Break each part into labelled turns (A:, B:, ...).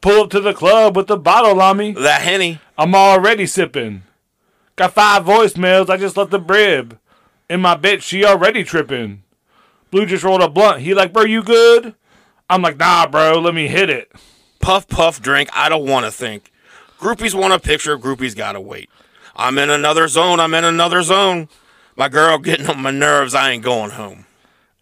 A: Pull up to the club with the bottle on me.
B: That henny.
A: I'm already sipping. Got five voicemails. I just left the brib. And my bitch, she already tripping. Blue just rolled a blunt. He like, bro, you good? I'm like, nah, bro. Let me hit it.
B: Puff puff drink. I don't want to think. Groupies want a picture. Groupies gotta wait. I'm in another zone. I'm in another zone. My girl getting on my nerves. I ain't going home.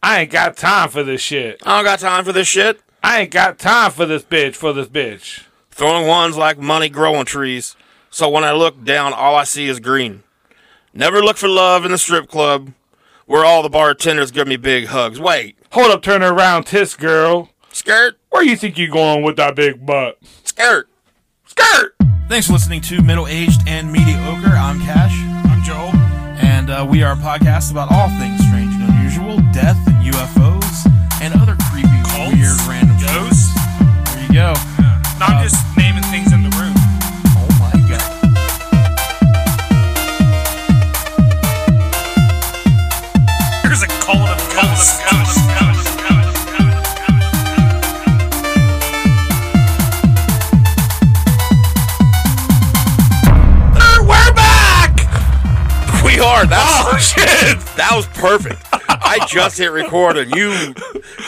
A: I ain't got time for this shit.
B: I don't got time for this shit.
A: I ain't got time for this bitch. For this bitch.
B: Throwing ones like money growing trees. So when I look down, all I see is green. Never look for love in the strip club, where all the bartenders give me big hugs. Wait,
A: Hold up, turn around, tis girl.
B: skirt,
A: Where you think you going with that big butt?
B: skirt, skirt.
C: Thanks for listening to Middle Aged and Mediocre. I'm Cash. I'm Joel. And uh, we are a podcast about all things strange and unusual, death and UFOs, and other creepy, weird, random shows.
D: Ghosts?
C: There you go. Um,
D: No, I'm just naming things in the room.
C: Oh my god.
D: There's a cult of ghosts.
B: And We're back. We are. That oh shit. That was perfect. I just hit record and you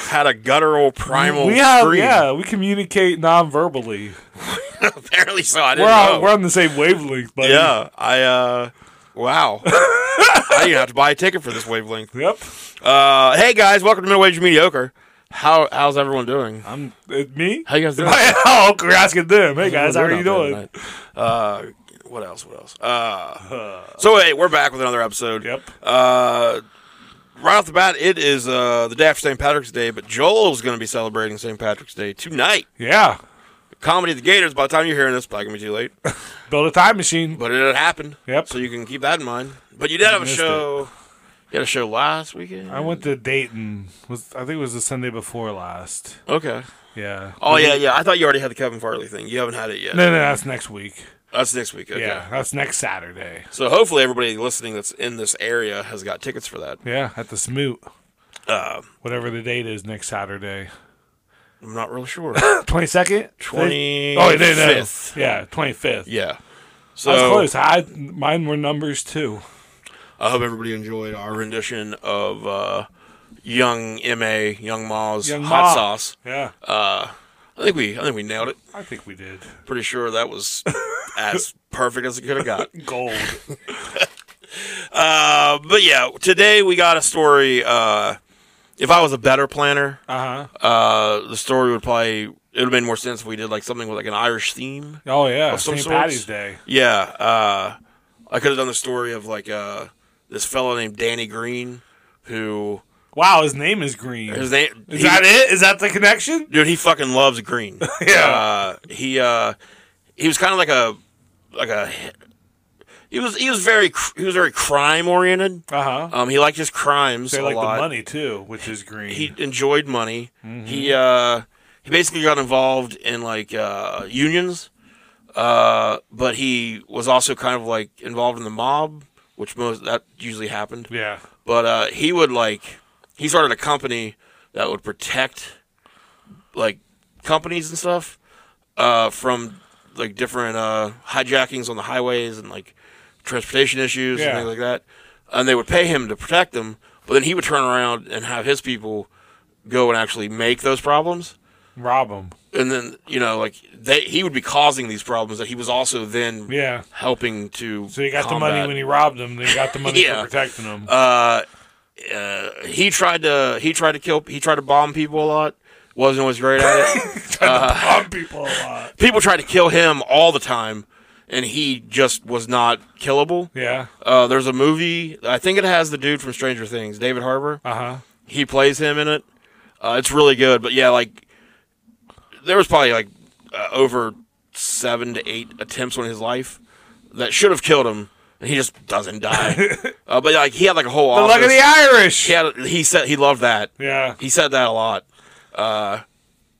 B: had a guttural primal
A: we have,
B: scream.
A: yeah, we communicate non-verbally.
B: Apparently so. I didn't
A: We're
B: know.
A: on, we're on the same wavelength, buddy.
B: yeah. I. uh Wow. I didn't have to buy a ticket for this wavelength.
A: Yep.
B: Uh, hey guys, welcome to Middle Age Mediocre. How how's everyone doing?
A: I'm it, me.
B: How you guys doing?
A: oh, you're asking them. Hey guys, how are you doing?
B: Uh, what else? What else? Uh, so hey, we're back with another episode.
A: Yep.
B: Uh, right off the bat, it is uh, the day after St. Patrick's Day, but Joel's going to be celebrating St. Patrick's Day tonight.
A: Yeah.
B: Comedy at the Gators. By the time you're hearing this, probably going to be too late,
A: Build a time machine.
B: but it happened.
A: Yep.
B: So you can keep that in mind. But you did have a
A: missed
B: show. You had a show last weekend.
A: I went to Dayton. Was I think it was the Sunday before last.
B: Okay.
A: Yeah.
B: Oh yeah, yeah. I thought you already had the Kevin Farley thing. You haven't had it yet.
A: Mhm. No, no, that's next week.
B: That's next week. Okay.
A: Yeah, that's next Saturday.
B: So hopefully everybody listening that's in this area has got tickets for that.
A: Yeah, at the Smoot.
B: Uh,
A: Whatever the date is next Saturday.
B: I'm not really sure.
A: Twenty second.
B: Twenty
A: Oh, they know.
B: fifth.
A: Yeah, twenty fifth.
B: Yeah. So
A: I was close. I mine were numbers too.
B: I hope everybody enjoyed our rendition of uh, Young Ma, Young Ma's
A: Young
B: hot
A: Ma.
B: sauce.
A: Yeah,
B: Uh, I think we I think we nailed it.
A: I think we did
B: Pretty sure that was as perfect as it could have got.
A: gold.
B: Uh, but yeah, today we got a story. Uh, if I was a better planner,
A: Uh huh.
B: uh, the story would probably it would have made more sense if we did like something with like an Irish theme.
A: Oh yeah,
B: some
A: St.
B: sorts.
A: Patty's Day.
B: Yeah, uh, I could have done the story of like uh, this fellow named Danny Green, who
A: Wow, his name is Green.
B: his
A: Is
B: name he-
A: that it? Is that the connection?
B: Dude, he fucking loves green.
A: Yeah.
B: uh, he uh, he was kind of like a like a he was he was very cr- he was very crime oriented.
A: Uh huh.
B: Um, he liked his crimes
A: They
B: a
A: like
B: lot.
A: the money too, which is Green.
B: He enjoyed money. He uh, he basically got involved in like uh, unions, uh, but he was also kind of like involved in the mob, which most that usually happened.
A: yeah.
B: But uh, he would like he started a company that would protect like companies and stuff uh, from like different uh, hijackings on the highways and like transportation issues
A: Yeah.
B: and things like that. And they would pay him to protect them, but then he would turn around and have his people go and actually make those problems.
A: Rob him.
B: And then you know, like they, he would be causing these problems that he was also then
A: Yeah.
B: helping to.
A: So he got the money
B: combat.
A: when he robbed him. Then he got the money
B: Yeah.
A: for protecting him.
B: uh, uh, he tried to he tried to kill he tried to bomb people a lot. Wasn't always great at it.
A: Rob people a lot.
B: people tried to kill him all the time, and he just was not killable.
A: Yeah.
B: Uh, there's a movie I think it has the dude from Stranger Things, David Harbour.
A: Uh huh.
B: He plays him in it. Uh, it's really good, but yeah, like there was probably like uh, over seven to eight attempts on his life that should have killed him, and he just doesn't die. uh, but like he had like a whole
A: The
B: office.
A: luck of the Irish.
B: He had, he said he loved that.
A: Yeah.
B: He said that a lot. Uh,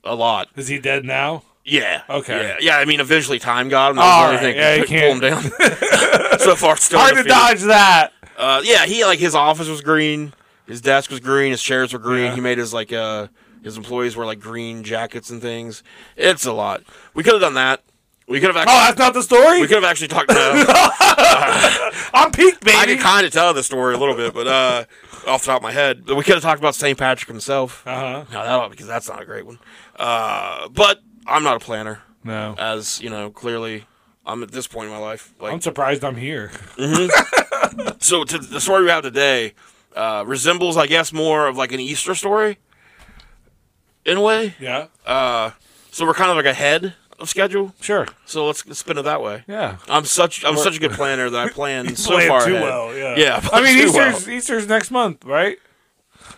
B: a lot.
A: Is he dead now?
B: Yeah.
A: Okay.
B: Yeah. yeah I mean, eventually time got him.
A: All
B: That was the
A: right,
B: only thing
A: yeah,
B: that
A: you
B: could pull him down. so far, still
A: Hard to
B: undefeated.
A: dodge that.
B: Uh, yeah. He like his office was green. His desk was green. His chairs were green.
A: Yeah.
B: He made his like uh His employees wear like green jackets and things. It's a lot. We could have done that. We could have
A: Oh,
B: actually.
A: that's not the story.
B: we could have actually talked. No,
A: I'm peaked, baby.
B: I can kind of tell the story a little bit, but uh, off the top of my head, but we could have talked about St. Patrick himself.
A: uh-huh.
B: No, that because that's not a great one. Uh, but I'm not a planner,
A: No,
B: as you know. Clearly, I'm at this point in my life. Like
A: I'm surprised I'm here.
B: so, to, the story we have today uh, resembles, I guess, more of like an Easter story, in a way.
A: Yeah,
B: So we're kind of like ahead of schedule.
A: sure.
B: So let's, let's spin it that way.
A: Yeah.
B: I'm such I'm such a good planner that I plan so
A: Play it
B: far
A: too
B: ahead.
A: well. Yeah.
B: Yeah,
A: I mean,
B: too
A: Easter's Easter's next month, right?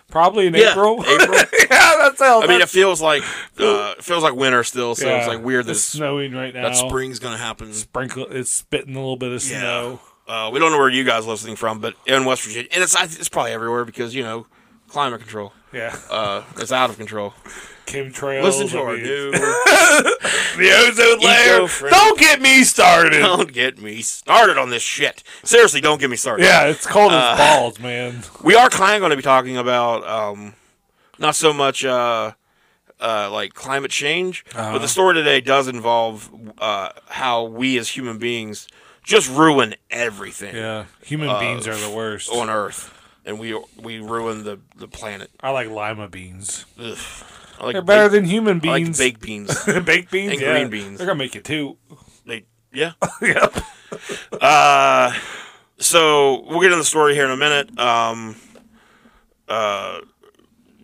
A: Probably in
B: Yeah,
A: April.
B: April.
A: yeah, that's how.
B: I mean, it feels like uh, it feels like winter still, so
A: yeah.
B: it's like weird that
A: It's
B: it's-
A: snowing right now.
B: that spring's gonna happen.
A: Sprinkle. It's spitting a little bit of
B: Yeah.
A: snow.
B: Uh, we don't know where you guys listening from, but in West Virginia, and it's I- it's probably everywhere because you know climate control.
A: Yeah.
B: Uh, it's out of control.
A: Chemtrails.
B: Listen to
A: I
B: our
A: mean,
B: new.
A: the ozone layer.
B: Eco-friendly-
A: Don't get me started.
B: don't get me started on this shit. Seriously, don't get me started.
A: Yeah, it's cold
B: Uh,
A: as balls, man.
B: we are kind of going to be talking about um, not so much uh, uh, like climate change, but
A: Uh-huh.
B: the story today does involve uh, how we as human beings just ruin everything
A: Yeah, human
B: Uh,
A: beans are the worst.
B: on Earth, and we we ruin the the planet.
A: I like lima beans.
B: Ugh. I like
A: They're better
B: baked-
A: than human
B: I like
A: beans.
B: baked beans.
A: baked beans
B: and
A: yeah.
B: green beans.
A: They're gonna make you two.
B: They, yeah.
A: yep.
B: Uh, so we'll get into the story here in a minute. Um, uh,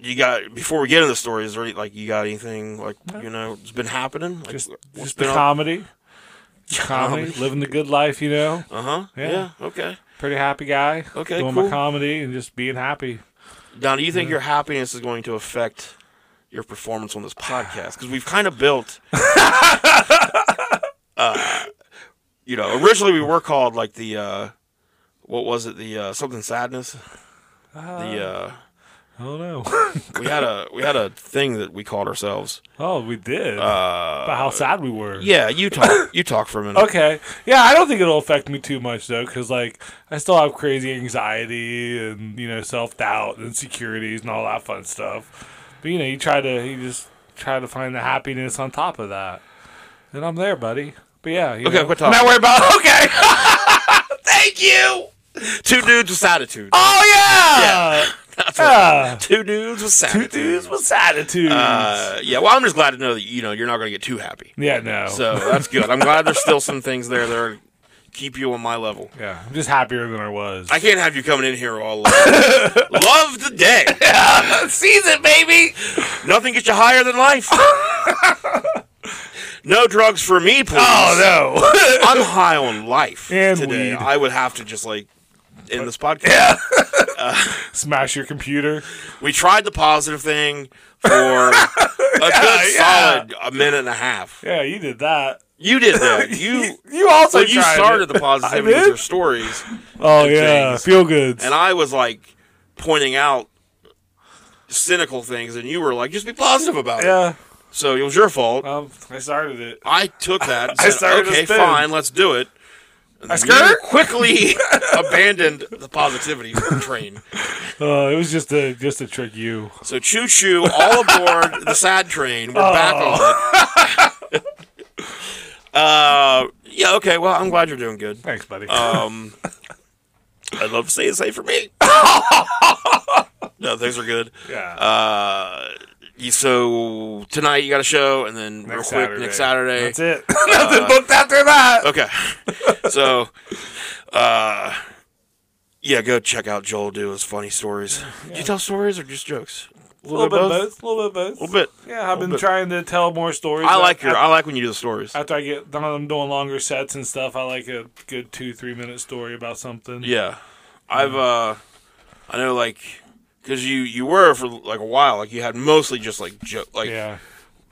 B: you got before we get into the story, is there any, like you got anything like you know it's been happening? Like,
A: Just,
B: what's
A: just the
B: been
A: comedy. Comedy, living the good life, you know.
B: Uh huh.
A: Yeah.
B: Yeah. Okay.
A: Pretty happy guy.
B: Okay,
A: doing my
B: cool.
A: comedy and just being happy.
B: Now, do you think your happiness is going to affect your performance on this podcast? Because we've kind of built. uh, you know, originally we were called like the uh, what was it? The uh, something sadness. the
A: Um,
B: uh,
A: I don't know.
B: we had a we had a thing that we called ourselves.
A: oh, we did. About how sad we were.
B: Uh, Yeah, you talk. You talk for a minute.
A: Okay. Yeah, I don't think it'll affect me too much though, because like I still have crazy anxiety and you know self doubt and insecurities and all that fun stuff. But you know, you try to you just try to find the happiness on top of that, and I'm there, buddy. But yeah, you
B: Okay,
A: know.
B: quit talking.
A: Now worry about. Okay.
B: Thank you. Two dudes with attitude.
A: Oh yeah. Yeah.
B: Two dudes with
A: Two
B: attitude.
A: dudes with attitudes.
B: Uh, yeah. Well, I'm just glad to know that you know you're not going to get too happy.
A: yeah. No.
B: So that's good. I'm glad there's still some things there that are keep you on my level.
A: yeah, I'm just happier than I was.
B: I can't have you coming in here all love, love the day.
A: seize it, baby.
B: Nothing gets you higher than life. no drugs for me, please.
A: Oh no.
B: I'm high on life
A: And
B: today.
A: weed.
B: I would have to just like end this podcast. Yeah.
A: Smash your computer.
B: We tried the positive thing for a good
A: yeah.
B: solid a minute and a half.
A: Yeah, you did that.
B: You did that. You
A: You also
B: well, you
A: tried it.
B: started the positive with
A: did?
B: your stories.
A: Oh yeah,
B: things.
A: feel good.
B: And I was like pointing out cynical things, and you were like, just be positive about it.
A: yeah,
B: So it was your fault.
A: um, I started it.
B: I took that. And
A: I
B: said,
A: started
B: okay,
A: a spin."
B: fine, let's do it. And then you
A: skirt?
B: quickly abandoned the positivity train.
A: Uh, it was just a just to trick you.
B: So choo choo, all aboard the sad train. We're back on it. uh, yeah, okay. Well, I'm glad you're doing good.
A: Thanks, buddy.
B: Um, I'd love to say the same for me. no, things are good.
A: yeah.
B: Uh, you, so tonight you got a show, and then real quick next Saturday.
A: That's it. Nothing booked after that.
B: Okay, so uh, yeah, go check out Joel. Do his funny stories. Do you tell stories or just jokes?
A: A little, bit of both. A little bit of both.
B: A little bit.
A: Yeah, I've been
B: bit.
A: trying to tell more stories.
B: I like your.
A: after,
B: I like when you do the stories.
A: after I get done, I'm doing longer sets and stuff. I like a good two, three minute story about something.
B: Yeah, I've uh, I know like because you you were for like a while like you had mostly just like jo- like
A: yeah.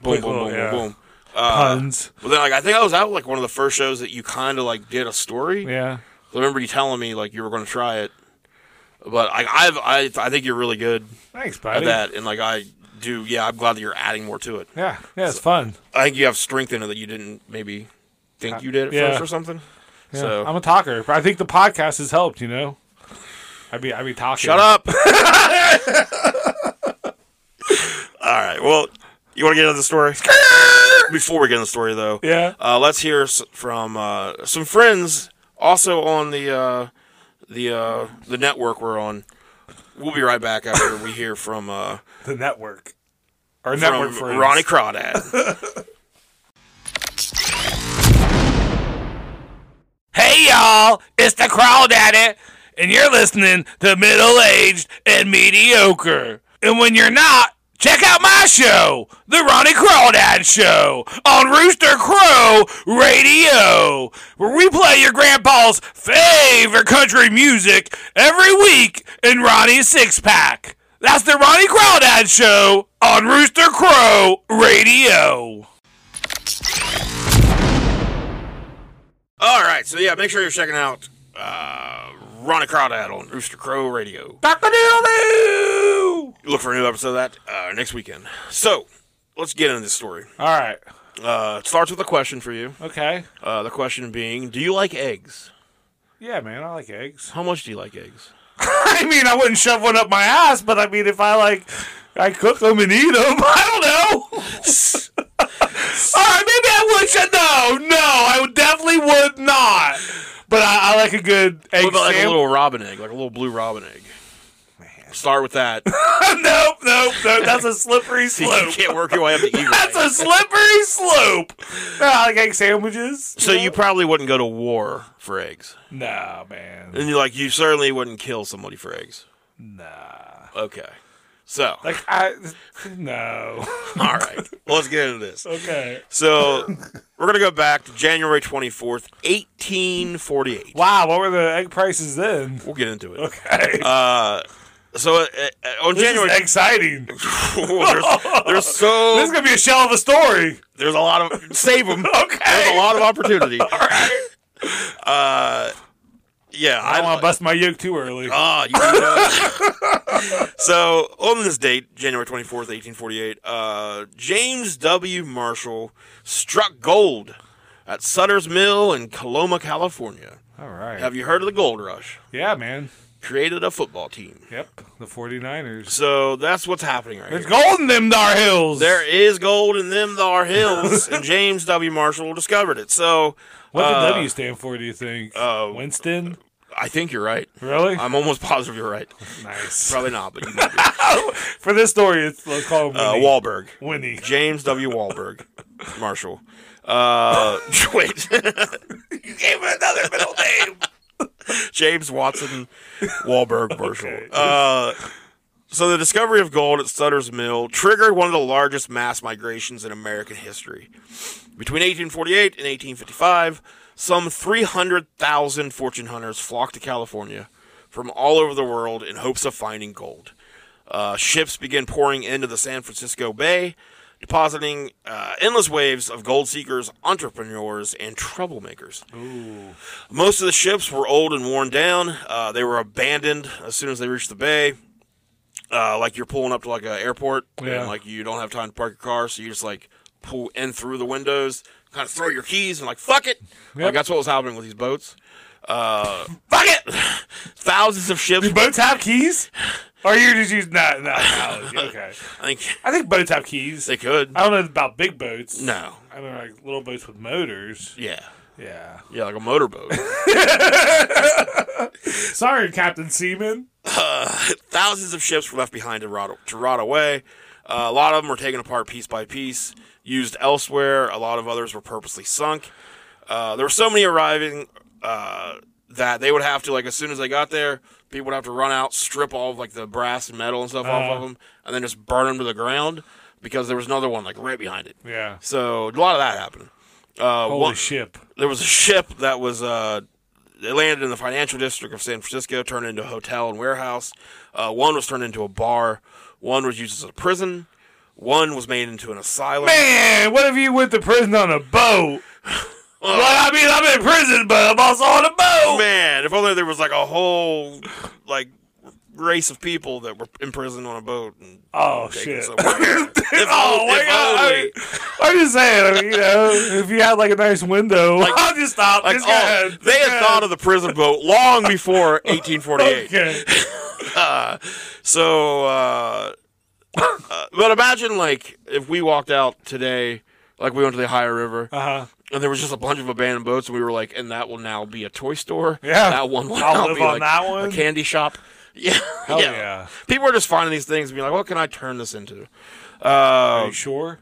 B: boom
A: Quick
B: boom
A: little-
B: boom
A: yeah.
B: boom boom. Uh,
A: Puns.
B: but then like I think I was out like one of the first shows that you kind of like did a story.
A: Yeah.
B: I remember you telling me like you were going to try it, but I I've, I I think you're really good
A: Thanks,
B: at
A: buddy.
B: that and like I do yeah I'm glad that you're adding more to it.
A: Yeah. Yeah, it's fun.
B: I think you have strength in it that you didn't maybe think you did at
A: Yeah.
B: first or something.
A: Yeah.
B: So
A: I'm a talker. I think the podcast has helped. You know. I be I be talking.
B: Shut up. All right. Well, you want to get into the story? Before we get into the story, though,
A: Yeah.
B: uh, let's hear s- from uh, some friends also on the uh, the uh, the network we're on. We'll be right back after we hear from uh,
A: The network. Our network
B: from
A: friends.
B: Ronnie Crawdad.
A: Hey y'all, it's the Crawl Daddy, and you're listening to Middle Aged and Mediocre. And when you're not, check out my show, The Ronnie Crawdad Show, on Rooster Crow Radio, where we play your grandpa's favorite country music every week in Ronnie's Six Pack. That's The Ronnie Crawdad Show on Rooster Crow Radio.
B: All right. So yeah, make sure you're checking out uh, Ronnie Crawdad on Rooster Crow Radio.
A: All
B: Look for a new episode of that uh, next weekend. So let's get into this story.
A: right.
B: Uh, it starts with a question for you.
A: Okay.
B: Uh, the question being, do you like eggs?
A: Yeah, man, I like eggs.
B: How much do you like eggs?
A: I mean, I wouldn't shove one up my ass, but I mean, if I like, I cook them and eat them. I don't know. All right, maybe I would. Sh- no, no, I would definitely would not. But I, I like a good egg
B: What about like a
A: sandwich.
B: little robin egg, like a little blue robin egg? Start with that.
A: nope, nope, nope. That's a slippery
B: you
A: slope.
B: can't work your way up to eagle.
A: That's
B: egg.
A: a slippery slope. No, I like egg sandwiches.
B: so
A: know?
B: you probably wouldn't go to war for eggs,
A: Nah, man.
B: and you like you certainly wouldn't kill somebody for eggs.
A: Nah.
B: Okay, so all
A: Like I. No.
B: right, well, let's get into this.
A: Okay.
B: So we're gonna go back to January twenty fourth, eighteen forty eight.
A: Wow, what were the egg prices then?
B: We'll get into it.
A: Okay.
B: Uh, so uh, uh, on
A: This
B: January,
A: is exciting.
B: there's, there's so
A: This is gonna be a shell of a story.
B: There's a lot of save them. There's
A: Okay.
B: a lot of opportunity. Uh, yeah,
A: I
B: I
A: don't want
B: want.
A: to bust my yoke too early.
B: Ah, you know. so on this date, January twenty fourth, eighteen forty eight, uh, James W. Marshall struck gold at Sutter's Mill in Coloma, California.
A: All right.
B: Have you heard of the gold rush?
A: Yeah, man.
B: Created a football team.
A: Yep. The 49ers.
B: So that's what's happening right
A: There's
B: here.
A: gold in them dar hills.
B: There is gold in them thar hills, and James W. Marshall discovered it. So
A: What did
B: uh,
A: W stand for? Do you think?
B: uh,
A: Winston.
B: I think you're right.
A: Really?
B: I'm almost positive you're right.
A: nice. Oh,
B: Probably not, but you might be.
A: For this story, it's, let's call him
B: Uh,
A: Winnie.
B: Wahlberg.
A: Winnie.
B: James W. Wahlberg. Marshall. Uh, wait. you gave him another middle name. James Watson Wahlberg Marshall.
A: Okay.
B: Uh, so the discovery of gold at Sutter's Mill triggered one of the largest mass migrations in American history. Between 1848 and 1855, some 300,000 fortune hunters flocked to California from all over the world in hopes of finding gold. Uh, ships began pouring into the San Francisco Bay, depositing uh, endless waves of gold seekers, entrepreneurs, and troublemakers. Most of the ships were old and worn down. Uh, they were abandoned as soon as they reached the bay. Uh, like you're pulling up to like an airport,
A: Yeah.
B: and like you don't have time to park your car, so you just like pull in through the windows, kind of throw your keys, and like fuck it. Like that's what was happening with these boats. Uh, fuck it. Thousands of ships.
A: Do boats have keys? Or you're just using that? No, no, okay.
B: I think
A: I think boats have keys.
B: they could.
A: I don't know about big boats.
B: No.
A: I mean, like little boats with motors.
B: Yeah.
A: Yeah.
B: Yeah, like a motorboat.
A: Sorry, Captain Seaman.
B: Thousands of ships were left behind to rot, to rot away. Uh, a lot of them were taken apart piece by piece, used elsewhere. A lot of others were purposely sunk. Uh, there were so many arriving uh, that they would have to, like, as soon as they got there, people would have to run out, strip all of, like, the brass and metal and stuff off of them, and then just burn them to the ground because there was another one, like, right behind it.
A: Yeah.
B: So a lot of that happened. Uh,
A: Holy
B: one-
A: ship.
B: there was a ship that was uh, it landed in the financial district of San Francisco, turned into a hotel and warehouse. Uh, one was turned into a bar. One was used as a prison. One was made into an asylum.
A: Man, what if you went to prison on a
B: Oh.
A: boat? well, I mean, I'm in prison, but I'm also on a boat.
B: Man, if only there was like a whole like race of people that were imprisoned on a boat and
A: Oh,
B: taken
A: shit.
B: somewhere. if,
A: Oh, my God. I mean, I'm just saying, I mean, you know, if you had like a nice window, I'll just stop.
B: like,
A: just go
B: oh,
A: ahead.
B: they had thought of the prison boat long before 1848.
A: Okay.
B: So uh, Uh, but imagine like if we walked out today, like we went to the Ohio River,
A: Uh-huh.
B: and there was just a bunch of abandoned boats, and we were like, and that will now be a toy store.
A: Yeah.
B: that one will
A: I'll
B: now
A: live
B: be
A: on
B: like
A: that one."
B: a candy shop. Yeah,
A: Hell yeah.
B: People are just finding these things and being like, what can I turn this into? Uh,
A: Are you sure?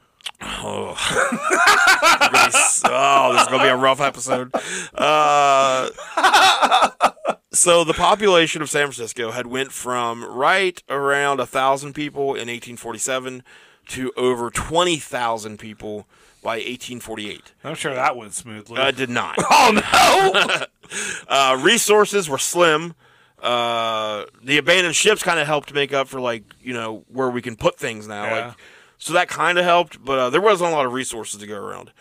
B: Nice. oh, this is gonna be a rough episode. Uh, so the population of San Francisco had went from right around a thousand people in 1847 to over 20,000 people by 1848.
A: I'm sure that went smoothly.
B: Uh, did not.
A: oh no!
B: Uh, resources were slim. Uh, the abandoned ships kind of helped make up for like you know where we can put things now.
A: Yeah.
B: Like, so that kind of helped, but uh, there wasn't a lot of resources to go around.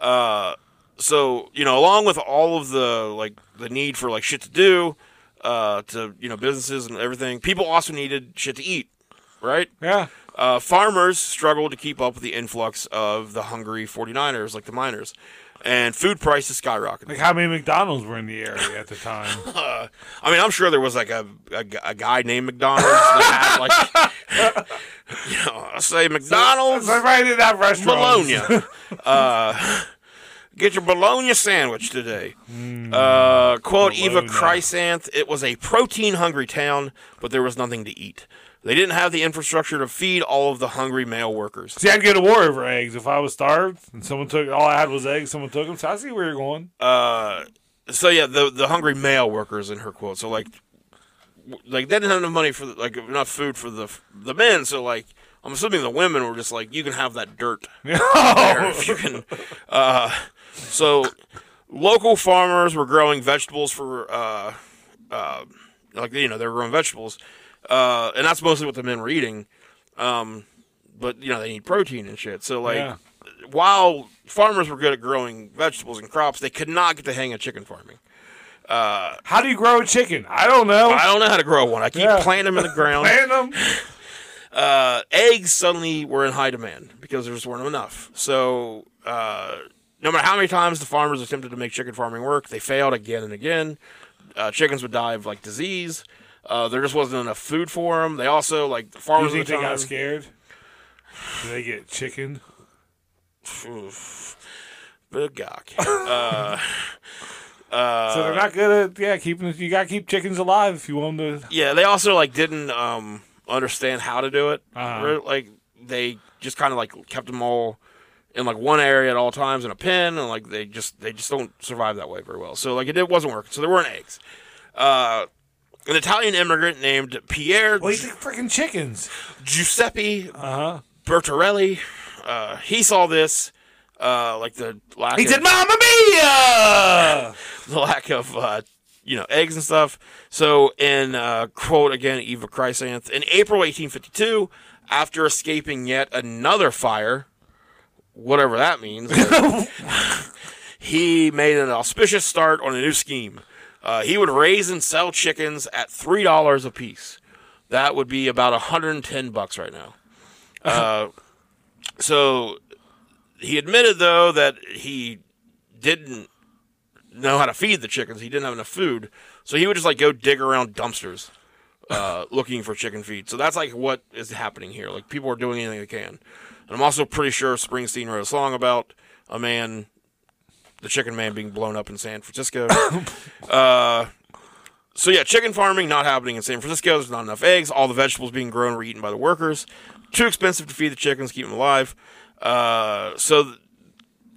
B: Uh, so you know, along with all of the like the need for like shit to do, uh, to you know businesses and everything, people also needed shit to eat, right?
A: yeah.
B: Uh, farmers struggled to keep up with the influx of the hungry 49ers, like the miners, and food prices skyrocketed.
A: Like how many McDonald's were in the area at the time?
B: I mean, I'm sure there was like a a, gu- a guy named McDonald's that had like, you know, I say McDonald's
A: So right in that restaurant.
B: Bologna. uh, get your Bologna sandwich today. Uh, quote Eva
A: Bologna.
B: Chrysanth, it was a protein hungry town, but there was nothing to eat. They didn't have the infrastructure to feed all of the hungry male workers.
A: See, I'd get a war over eggs if I was starved and someone took all I had was eggs. Someone took them. So I see where you're going.
B: Uh, So yeah, the the hungry male workers in her quote. So like, w- like they didn't have enough money for the, like enough food for the the men. So like, I'm assuming the women were just like, you can have that dirt.
A: Oh.
B: there if you can. Uh, so local farmers were growing vegetables for uh, uh, like you know they were growing vegetables, uh, and that's mostly what the men were eating. Um, but you know they need protein and shit. So like.
A: Yeah.
B: While farmers were good at growing vegetables and crops, they could not get the hang of chicken farming.
A: How do you grow a chicken? I don't know.
B: I don't know how to grow one. I keep
A: Yeah.
B: planting them in the ground.
A: Plant 'em.
B: uh, eggs suddenly were in high demand because there just weren't enough. So, uh, no matter how many times the farmers attempted to make chicken farming work, they failed again and again. Uh, chickens would die of like disease. Uh, there just wasn't enough food for them. They also like the
A: Do you
B: farmers.
A: think
B: at the
A: they got
B: time-
A: scared? Did they get chicken?
B: Oof. Big gawk.
A: so they're not good at yeah keeping. You gotta keep chickens alive if you want 'em to.
B: Yeah, they also like didn't um understand how to do it.
A: Uh-huh.
B: Re- Like they just kind of like kept them all in like one area at all times in a pen, and like they just they just don't survive that way very well. So like it, it wasn't working. So there weren't eggs. Uh, an Italian immigrant named Pierre
A: Well, you think freaking chickens.
B: Giuseppe
A: Uh huh.
B: Bertarelli, uh, he saw this. Uh, like the lack
A: He
B: of,
A: said, "Mamma mia!"
B: the lack of uh, you know eggs and stuff. So in uh, quote again, Eva Chrysanth, in April 1852, after escaping yet another fire, whatever that means, he made an auspicious start on a new scheme. Uh, he would raise and sell chickens at three dollars a piece. That would be about 110 bucks right now. Uh, so he admitted though that he didn't know how to feed the chickens. He didn't have enough food, so he would just like go dig around dumpsters, uh, looking for chicken feed. So that's like what is happening here. Like people are doing anything they can, and I'm also pretty sure Springsteen wrote a song about a man, the chicken man, being blown up in San Francisco. uh, so yeah, chicken farming not happening in San Francisco. There's not enough eggs. All the vegetables being grown were eaten by the workers. Too expensive to feed the chickens, keep them alive. Uh, so th-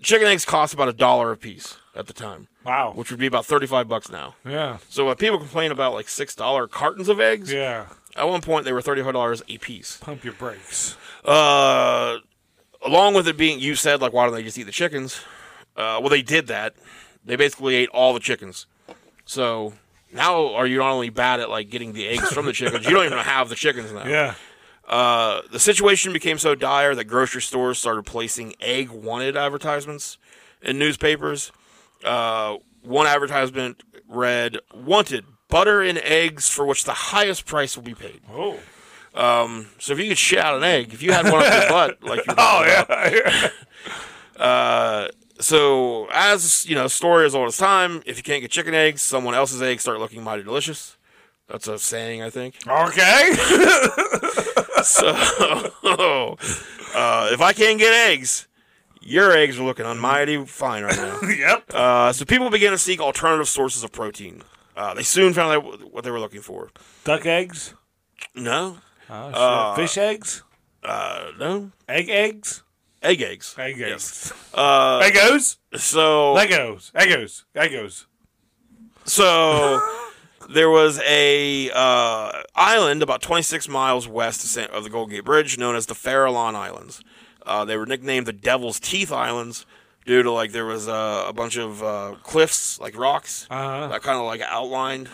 B: chicken eggs cost about a dollar a piece at the time
A: Wow.
B: which would be about 35 bucks now.
A: Yeah.
B: So when people complain about like $6 cartons of eggs,
A: Yeah.
B: at one point they were $35 a piece.
A: Pump your brakes.
B: Uh, along with it being, you said, like, why don't they just eat the chickens? Uh, well, they did that. They basically ate all the chickens. So now are you not only bad at like getting the eggs from the chickens, you don't even have the chickens now.
A: Yeah.
B: Uh, the situation became so dire that grocery stores started placing egg wanted advertisements in newspapers. Uh, one advertisement read, Wanted butter and eggs for which the highest price will be paid.
A: Oh.
B: So if you could shit out an egg, if you had one up your butt, like you
A: Oh yeah.
B: Uh, So as you know, story as old as time. If you can't get chicken eggs, someone else's eggs start looking mighty delicious. That's a saying, I think.
A: okay.
B: so, uh, if I can't get eggs, your eggs are looking almighty fine right now.
A: yep.
B: Uh, so people began to seek alternative sources of protein. Uh, they soon found out what they were looking for.
A: Duck eggs.
B: No,
A: Oh, shit. Fish eggs.
B: uh, no,
A: Egg eggs.
B: egg eggs.
A: Egg eggs.
B: Uh,
A: Legos.
B: so
A: Legos. Legos. Legos.
B: So there was a uh, island about 26 miles west of, San- of the Golden Gate Bridge, known as the Farallon Islands. Uh, they were nicknamed the Devil's Teeth Islands due to like there was uh, a bunch of uh, cliffs, like rocks,
A: Uh-huh.
B: that kind of like outlined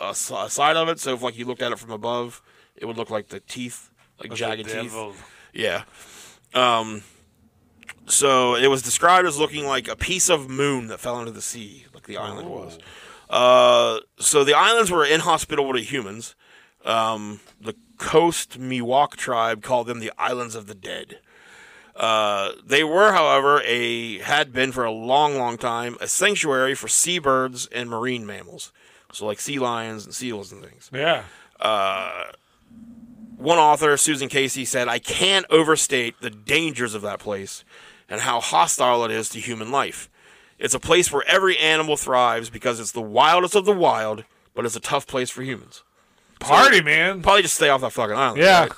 B: a, s- a side of it. So if like you looked at it from above, it would look like the teeth, like jagged teeth. Yeah. Um, so it was described as looking like a piece of moon that fell into the sea, like the island was. Uh, so the islands were inhospitable to humans. Um, the Coast Miwok tribe called them the Islands of the Dead. Uh, they were, however, a had been for a long, long time a sanctuary for seabirds and marine mammals, so like sea lions and seals and things
A: Yeah.
B: one author, Susan Casey, said, I can't overstate the dangers of that place and how hostile it is to human life. It's a place where every animal thrives because it's the wildest of the wild, but it's a tough place for humans.
A: Party, man.
B: Probably just stay off that fucking island.
A: Yeah.
B: right?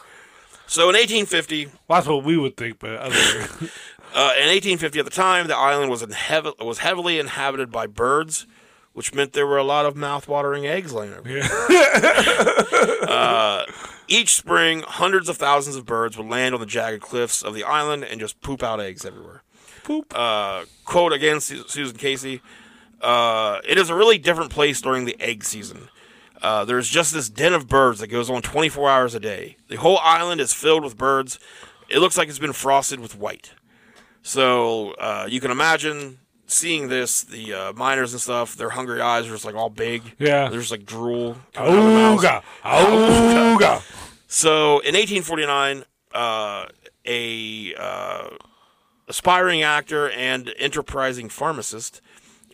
B: So in 1850,
A: Well, that's what we would think, but other
B: uh, in 1850 at the time, the island was, inhabi- was heavily inhabited by birds, which meant there were a lot of mouth-watering eggs laying over. Uh, Each spring, hundreds of thousands of birds would land on the jagged cliffs of the island and just poop out eggs everywhere.
A: poop.
B: Uh, quote again, Su- Susan Casey. Uh, it is a really different place during the egg season. Uh, there's just this den of birds that goes on 24 hours a day. The whole island is filled with birds. It looks like it's been frosted with white. So uh, you can imagine seeing this. The uh, miners and stuff, their hungry eyes are just like all big.
A: Yeah.
B: There's like drool. coming out of their mouths.
A: Ooga. Ooga.
B: So in 1849, uh, a uh, aspiring actor and enterprising pharmacist,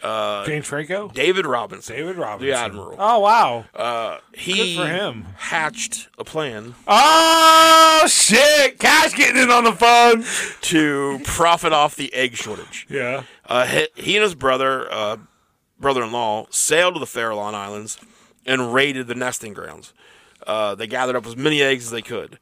A: James Franco.
B: David Robinson,
A: David Robinson.
B: Uh, the admiral,
A: Oh wow.
B: uh, he
A: Good for him.
B: hatched a plan
A: Oh shit! Cash getting in on the phone.
B: to profit off the egg shortage.
A: Yeah.
B: Uh, he, he and his brother, uh, brother-in-law, sailed to the Farallon Islands and raided the nesting grounds. Uh, they gathered up as many eggs as they could.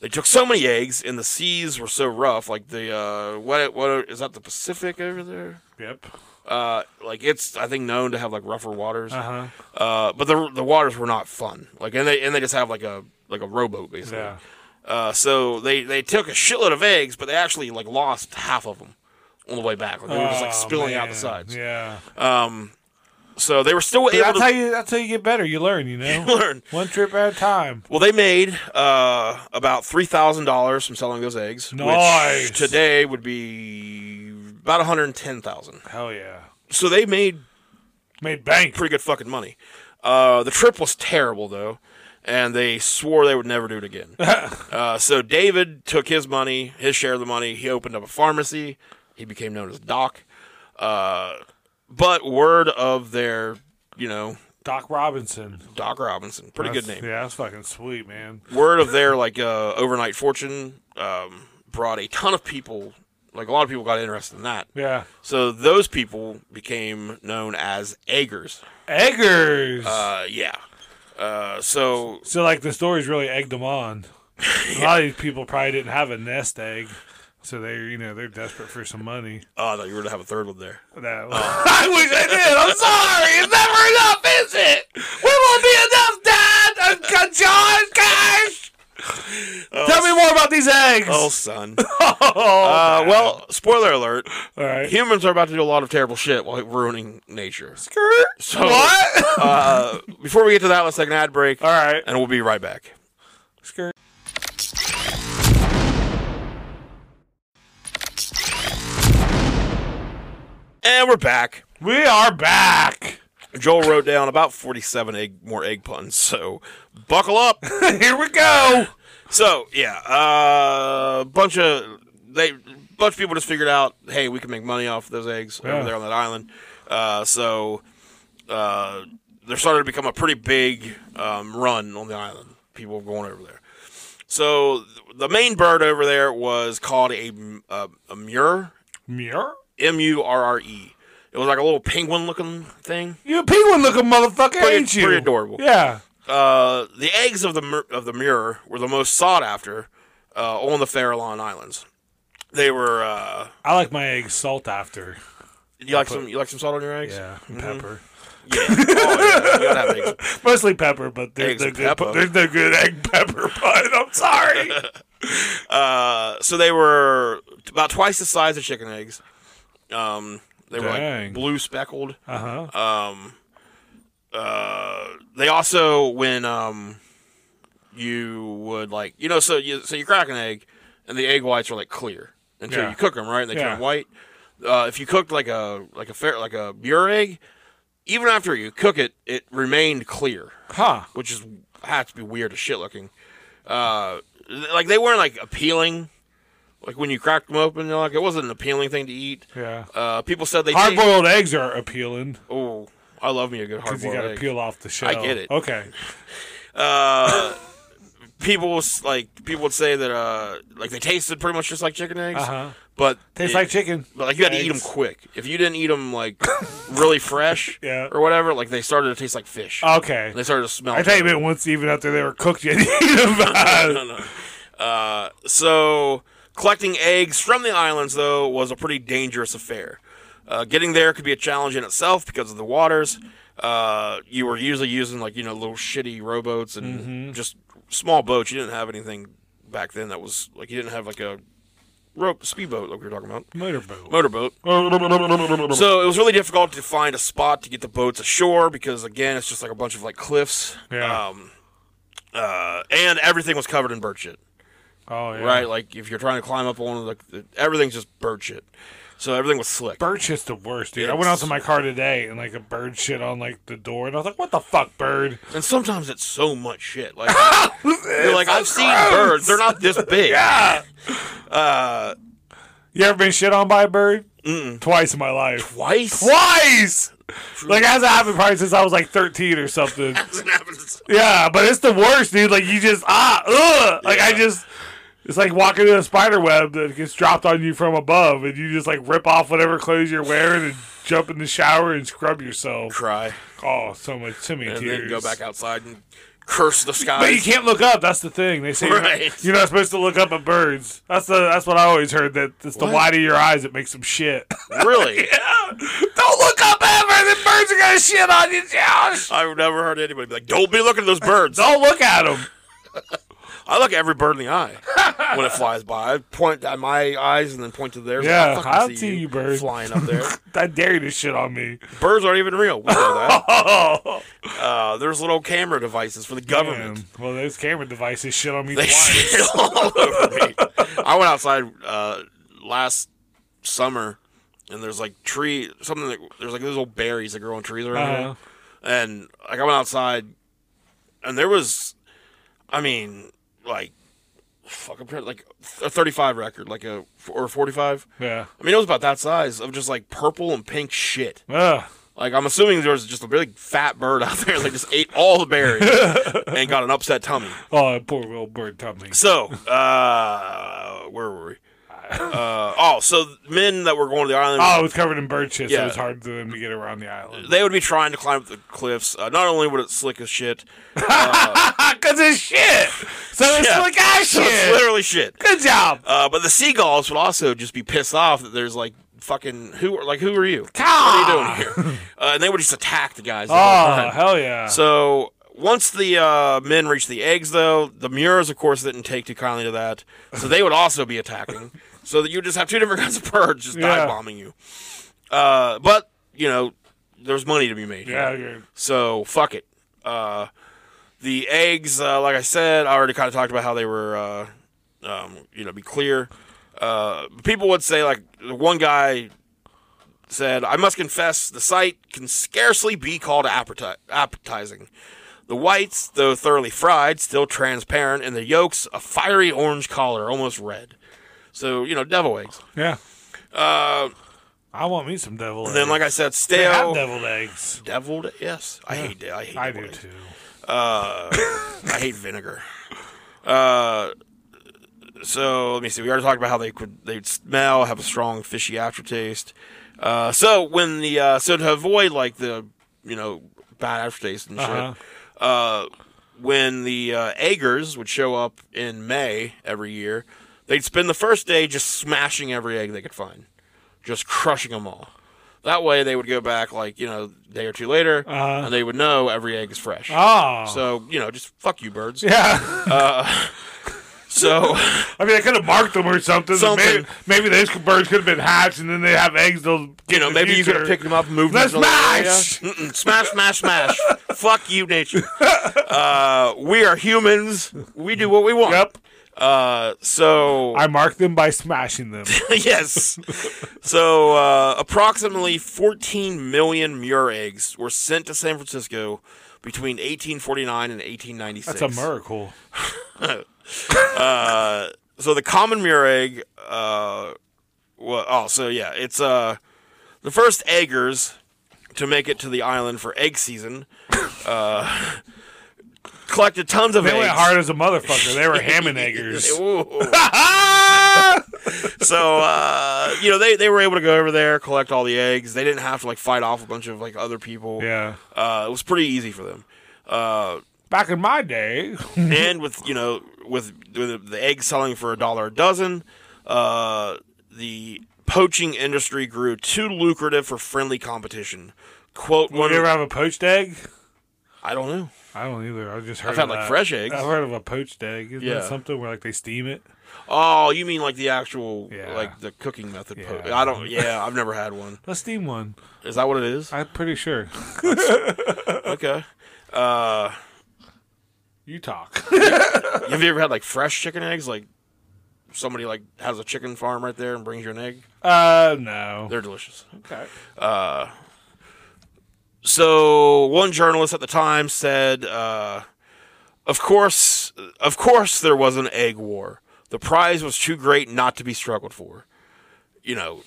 B: They took so many eggs, and the seas were so rough. Like the uh, what? What is that? The Pacific over there?
A: Yep.
B: Uh, like it's I think known to have like rougher waters.
A: Uh huh.
B: Uh, but the the waters were not fun. Like and they and they just have like a like a rowboat basically.
A: Yeah.
B: Uh, so they they took a shitload of eggs, but they actually like lost half of them on the way back. Like they were just like
A: Oh,
B: spilling out
A: man.
B: the sides.
A: Yeah.
B: So they were still able
A: that's
B: to
A: how you. That's how you get better. You learn. You know.
B: learn.
A: One trip at a time.
B: Well, they made uh, about three thousand dollars from selling those eggs,
A: Nice.
B: which today would be about one hundred ten thousand.
A: Hell yeah.
B: So they made
A: Made bank.
B: pretty good fucking money. Uh, the trip was terrible though, and they swore they would never do it again. uh, so David took his money, his share of the money. He opened up a pharmacy. He became known as Doc. Uh, but word of their, you know,
A: Doc Robinson.
B: Doc Robinson, pretty good
A: That's-
B: name.
A: Yeah, that's fucking sweet, man.
B: Word of their like uh, overnight fortune um, brought a ton of people. Like a lot of people got interested in that.
A: Yeah.
B: So those people became known as eggers.
A: Eggers.
B: Uh, yeah. Uh, so
A: so like the stories really egged them on. A lot of these people probably didn't have a nest egg, so they you know they're desperate for some money.
B: Oh, I thought you were gonna have a third one there.
A: That I wish I did. I'm sorry. It's never enough, is it? When will it be enough, Dad? Uh, C- John, Cash. Tell me more about these eggs.
B: Oh, son.
A: Oh,
B: uh, well, spoiler alert:
A: All right.
B: humans are about to do a lot of terrible shit while ruining nature. So,
A: What?
B: Uh, before we get to that, let's take an ad break,
A: All right.
B: and we'll be right back.
A: Skirt.
B: And we're back.
A: We are back.
B: Joel wrote down about forty-seven egg more egg puns, so buckle up.
A: Here we go.
B: So yeah, uh, bunch of they bunch of people just figured out, hey, we can make money off those eggs
A: Yeah.
B: over there on that island. Uh, so uh, there started to become a pretty big um, run on the island. People going over there. So the main bird over there was called a, a, a mure,
A: Muir?
B: M U R R E. It was like a little penguin looking thing.
A: You a penguin looking motherfucker,
B: Pretty-
A: ain't you?
B: pretty adorable.
A: Yeah.
B: Uh, the eggs of the mur- of the mure were the most sought after uh, on the Farallon Islands. They were. Uh,
A: I like my eggs salt after.
B: you like some? You like some salt on your eggs?
A: Yeah. and Pepper.
B: Yeah. Oh, yeah. You gotta have eggs.
A: Mostly pepper, but there's
B: Eggs
A: no
B: and
A: good
B: pepper.
A: there's no good egg pepper pun. I'm sorry.
B: Uh, so they were about twice the size of chicken eggs. Um, they were
A: Dang.
B: like blue speckled.
A: uh-huh.
B: Um, Uh, they also when um, you would like you know so you so you crack an egg and the egg whites are like clear until
A: Yeah.
B: you cook them right and they
A: Yeah.
B: turn white. Uh, if you cooked like a like a fair like a bure egg, even after you cook it, it remained clear,
A: Huh.
B: which is had to be weird as shit looking. Uh, like they weren't like appealing. Like when you cracked them open, they're like it wasn't an appealing thing to eat.
A: Yeah.
B: Uh, people said they
A: Hard
B: taste-
A: boiled eggs are appealing
B: Oh, I love me a good hard
A: because you
B: boiled
A: got to
B: egg.
A: peel off the shell.
B: get it.
A: Okay.
B: people was, like people would say that uh like they tasted pretty much just like chicken eggs,
A: Uh-huh.
B: but
A: Tastes
B: it-
A: like chicken.
B: But like you had to eat them
A: Eggs.
B: quick. If you didn't eat them like really fresh
A: Yeah.
B: or whatever, like they started to taste like fish.
A: Okay.
B: They started to smell.
A: I thought you meant once even after they were cooked, you had to eat them.
B: no, no. Uh, so collecting eggs from the islands though was a pretty dangerous affair. Uh, getting there could be a challenge in itself because of the waters. Uh, you were usually using like you know little shitty rowboats and just small boats. You didn't have anything back then that was like you didn't have like a rope speedboat like we were talking about
A: Motorboat.
B: motorboat. So it was really difficult to find a spot to get the boats ashore because again, it's just like a bunch of like cliffs.
A: Yeah.
B: Um, uh, and everything was covered in bird shit,
A: oh yeah.
B: right? Like if you're trying to climb up on like the, everything's just bird shit. So everything was slick.
A: Bird shit's the worst, dude. I went out
B: It's-
A: to my car today and like a bird shit on like the door, and I was like, "What the fuck, bird?"
B: And sometimes it's so much shit. Like you're like I've seen birds. They're not this big.
A: Uh, You ever been shit on by a bird? mm Twice in my life.
B: Twice.
A: Twice. Like it hasn't happened probably since I was like 13 or something.
B: It happens.
A: yeah, but it's the worst, dude. Like you just ah ugh. Like I
B: Yeah.
A: just. It's like walking in a spider web that gets dropped on you from above, and you just like rip off whatever clothes you're wearing and jump in the shower and scrub yourself.
B: Cry
A: Oh, so much, so many
B: and
A: tears.
B: then go back outside and curse the
A: But you
B: skies.
A: can't look up. That's the thing. They say
B: Right.
A: you're not supposed to look up at birds. That's the that's what I always heard. That it's the
B: What?
A: wide of your eyes that makes them shit.
B: Really.
A: Don't look up ever. The birds are gonna shit on you, Josh.
B: I've never heard anybody be like, "Don't be looking at those birds."
A: Don't look at them.
B: I look every bird in the eye when it flies by. I point at my eyes and then point to theirs.
A: Yeah,
B: I fucking
A: I'll see you, bird.
B: flying up there.
A: I dare you to shit on me.
B: Birds aren't even real. We know that.
A: Oh,
B: Uh, there's little camera devices for the government.
A: man. well, those camera devices shit on me
B: They
A: twice.
B: shit all over me. I went outside uh, last summer, and there's like tree something. That, there's like those little berries that grow on trees around
A: Uh-huh.
B: here, and like I went outside, and there was, I mean, like, fuck, I'm trying, like a 35 record, like a or a 45.
A: Yeah.
B: I mean, it was about that size of just like purple and pink shit.
A: Ugh.
B: Like, I'm assuming there was just a really fat bird out there that just ate all the berries and got an upset tummy.
A: Oh, poor little bird tummy.
B: So, uh, where were we? Uh, oh, so men that were going to the island,
A: Oh, it was covered in bird shit, so
B: Yeah.
A: it was hard for them to get around the island.
B: they would be trying to climb up the cliffs. Uh, not only would it slick as shit,
A: Cause it's shit. So it's Oh,
B: Yeah.
A: like ah
B: so it's
A: shit.
B: literally shit.
A: Good job.
B: Uh, but the seagulls would also just be pissed off that there's like fucking who, like who are you?
A: Ah.
B: What are you doing here? Uh, and they would just attack the guys. the whole
A: Oh,
B: time.
A: hell yeah.
B: So once the uh, men reached the eggs, though, the Muirs, of course, didn't take too kindly to that. So they would also be attacking. so that you just have two different kinds of birds just
A: Yeah.
B: dive bombing you. Uh, but, you know, there's money to be made. here.
A: yeah, you're-
B: So fuck it. Uh, the eggs, uh, like I said, I already kind of talked about how they were, uh, um, you know, be clear. Uh, people would say like the one guy said, "I must confess, the sight can scarcely be called appeti- appetizing." The whites, though thoroughly fried, still transparent, and the yolks a fiery orange color, almost red. So you know, devil eggs.
A: yeah. Uh, I want me some devil.
B: And then, like I said,
A: they have
B: stale
A: deviled eggs.
B: deviled. Yes, I hate. I hate.
A: I do
B: deviled eggs.
A: too.
B: I hate vinegar. Uh, so let me see. We already talked about how they could they would smell, have a strong fishy aftertaste. Uh, so when the uh, so to avoid like the you know bad aftertaste and shit, uh when the uh, eggers would show up in May every year, they'd spend the first day just smashing every egg they could find, just crushing them all. That way they would go back like you know a day or two later, and they would know every egg is fresh.
A: Oh.
B: So you know just fuck you birds.
A: yeah.
B: So.
A: I mean, I could have marked them or something.
B: Something.
A: Maybe, maybe those birds could have been hatched, and then they have eggs. They'll get
B: You know,
A: in the
B: maybe you could
A: future.
B: have picked them up and moved
A: Let's
B: them to another
A: smash!
B: area. Mm-mm, smash, smash, smash. Fuck you, nature. Uh, we are humans. We do what we want.
A: Yep.
B: Uh, so,
A: I marked them by smashing them.
B: yes. So, uh, approximately 14 million muir eggs were sent to San Francisco between 1849 and 1896.
A: That's a miracle.
B: so the common muir egg, uh, well, oh, so yeah, it's uh, the first eggers to make it to the island for egg season. Uh, collected tons of
A: They
B: eggs.
A: went hard as a motherfucker. They were ham and eggers.
B: Ooh. so uh, you know they, they were able to go over there collect all the eggs. They didn't have to like fight off a bunch of like other people.
A: Yeah.
B: uh, it was pretty easy for them. Uh,
A: Back in my day,
B: and with you know with, with the eggs selling for a dollar a dozen, uh, the poaching industry grew too lucrative for friendly competition. Quote
A: would
B: one.
A: you ever have a poached egg?
B: I don't know.
A: I don't either. I just heard.
B: had,
A: of
B: like,
A: that.
B: fresh eggs.
A: I've heard of a poached egg. Isn't
B: Yeah.
A: that something where like they steam it?
B: Oh, you mean like the actual
A: Yeah.
B: like the cooking method? po-
A: Yeah.
B: I don't. Yeah, I've never had one.
A: Let's steam one.
B: Is that what it is?
A: I'm pretty sure.
B: Okay. Uh,
A: You talk.
B: have you ever had like fresh chicken eggs? Like somebody like has a chicken farm right there and brings you an egg.
A: uh, no.
B: They're delicious.
A: Okay.
B: So one journalist at the time said, uh, "Of course, of course, there was an egg war. The prize was too great not to be struggled for. You know,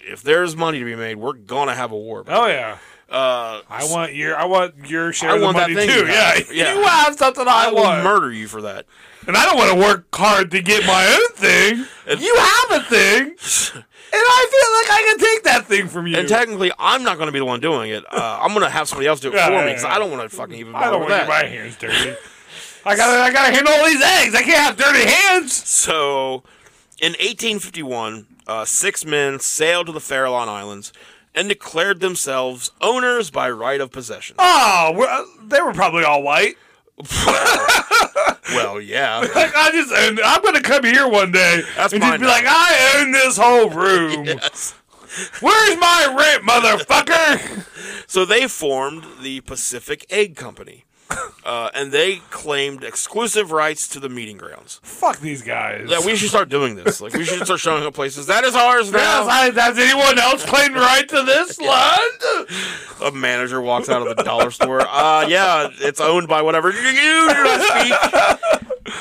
B: if there's money to be made, we're gonna have a war. about
A: Oh
B: it.
A: yeah. Uh, I want your I want your share
B: I
A: of the
B: want that
A: money
B: thing
A: too.
B: you have.
A: Yeah.
B: Yeah.
A: You have something I,
B: I will
A: want,
B: murder you for that."
A: and I don't want to work hard to get my own thing. you have a thing, and I feel like I can take that thing from you.
B: And technically, I'm not gonna be the one doing it. Uh, I'm gonna have somebody else do it
A: Yeah,
B: for
A: yeah,
B: me because
A: yeah.
B: I don't want to fucking even.
A: I don't
B: bother
A: want to get
B: with that.
A: my hands dirty. I gotta I gotta handle all these eggs. I can't have dirty hands.
B: So, in 1851, uh, six men sailed to the Farallon Islands and declared themselves owners by right of possession.
A: Oh, we're, they were probably all white.
B: well, yeah.
A: Like I just own, I'm gonna come here one day
B: That's
A: and just
B: mine
A: be
B: now.
A: like, I own this whole room. Where's my rent, motherfucker?
B: So they formed the Pacific Egg Company, uh, and they claimed exclusive rights to the meeting grounds.
A: Fuck these guys.
B: That we should start doing this. Like we should start showing up places. That is
A: Yes,
B: ours now.
A: I- has anyone else claimed right to this land?
B: A manager walks out of the dollar store. Uh, yeah, it's owned by whatever you do not speak.
A: we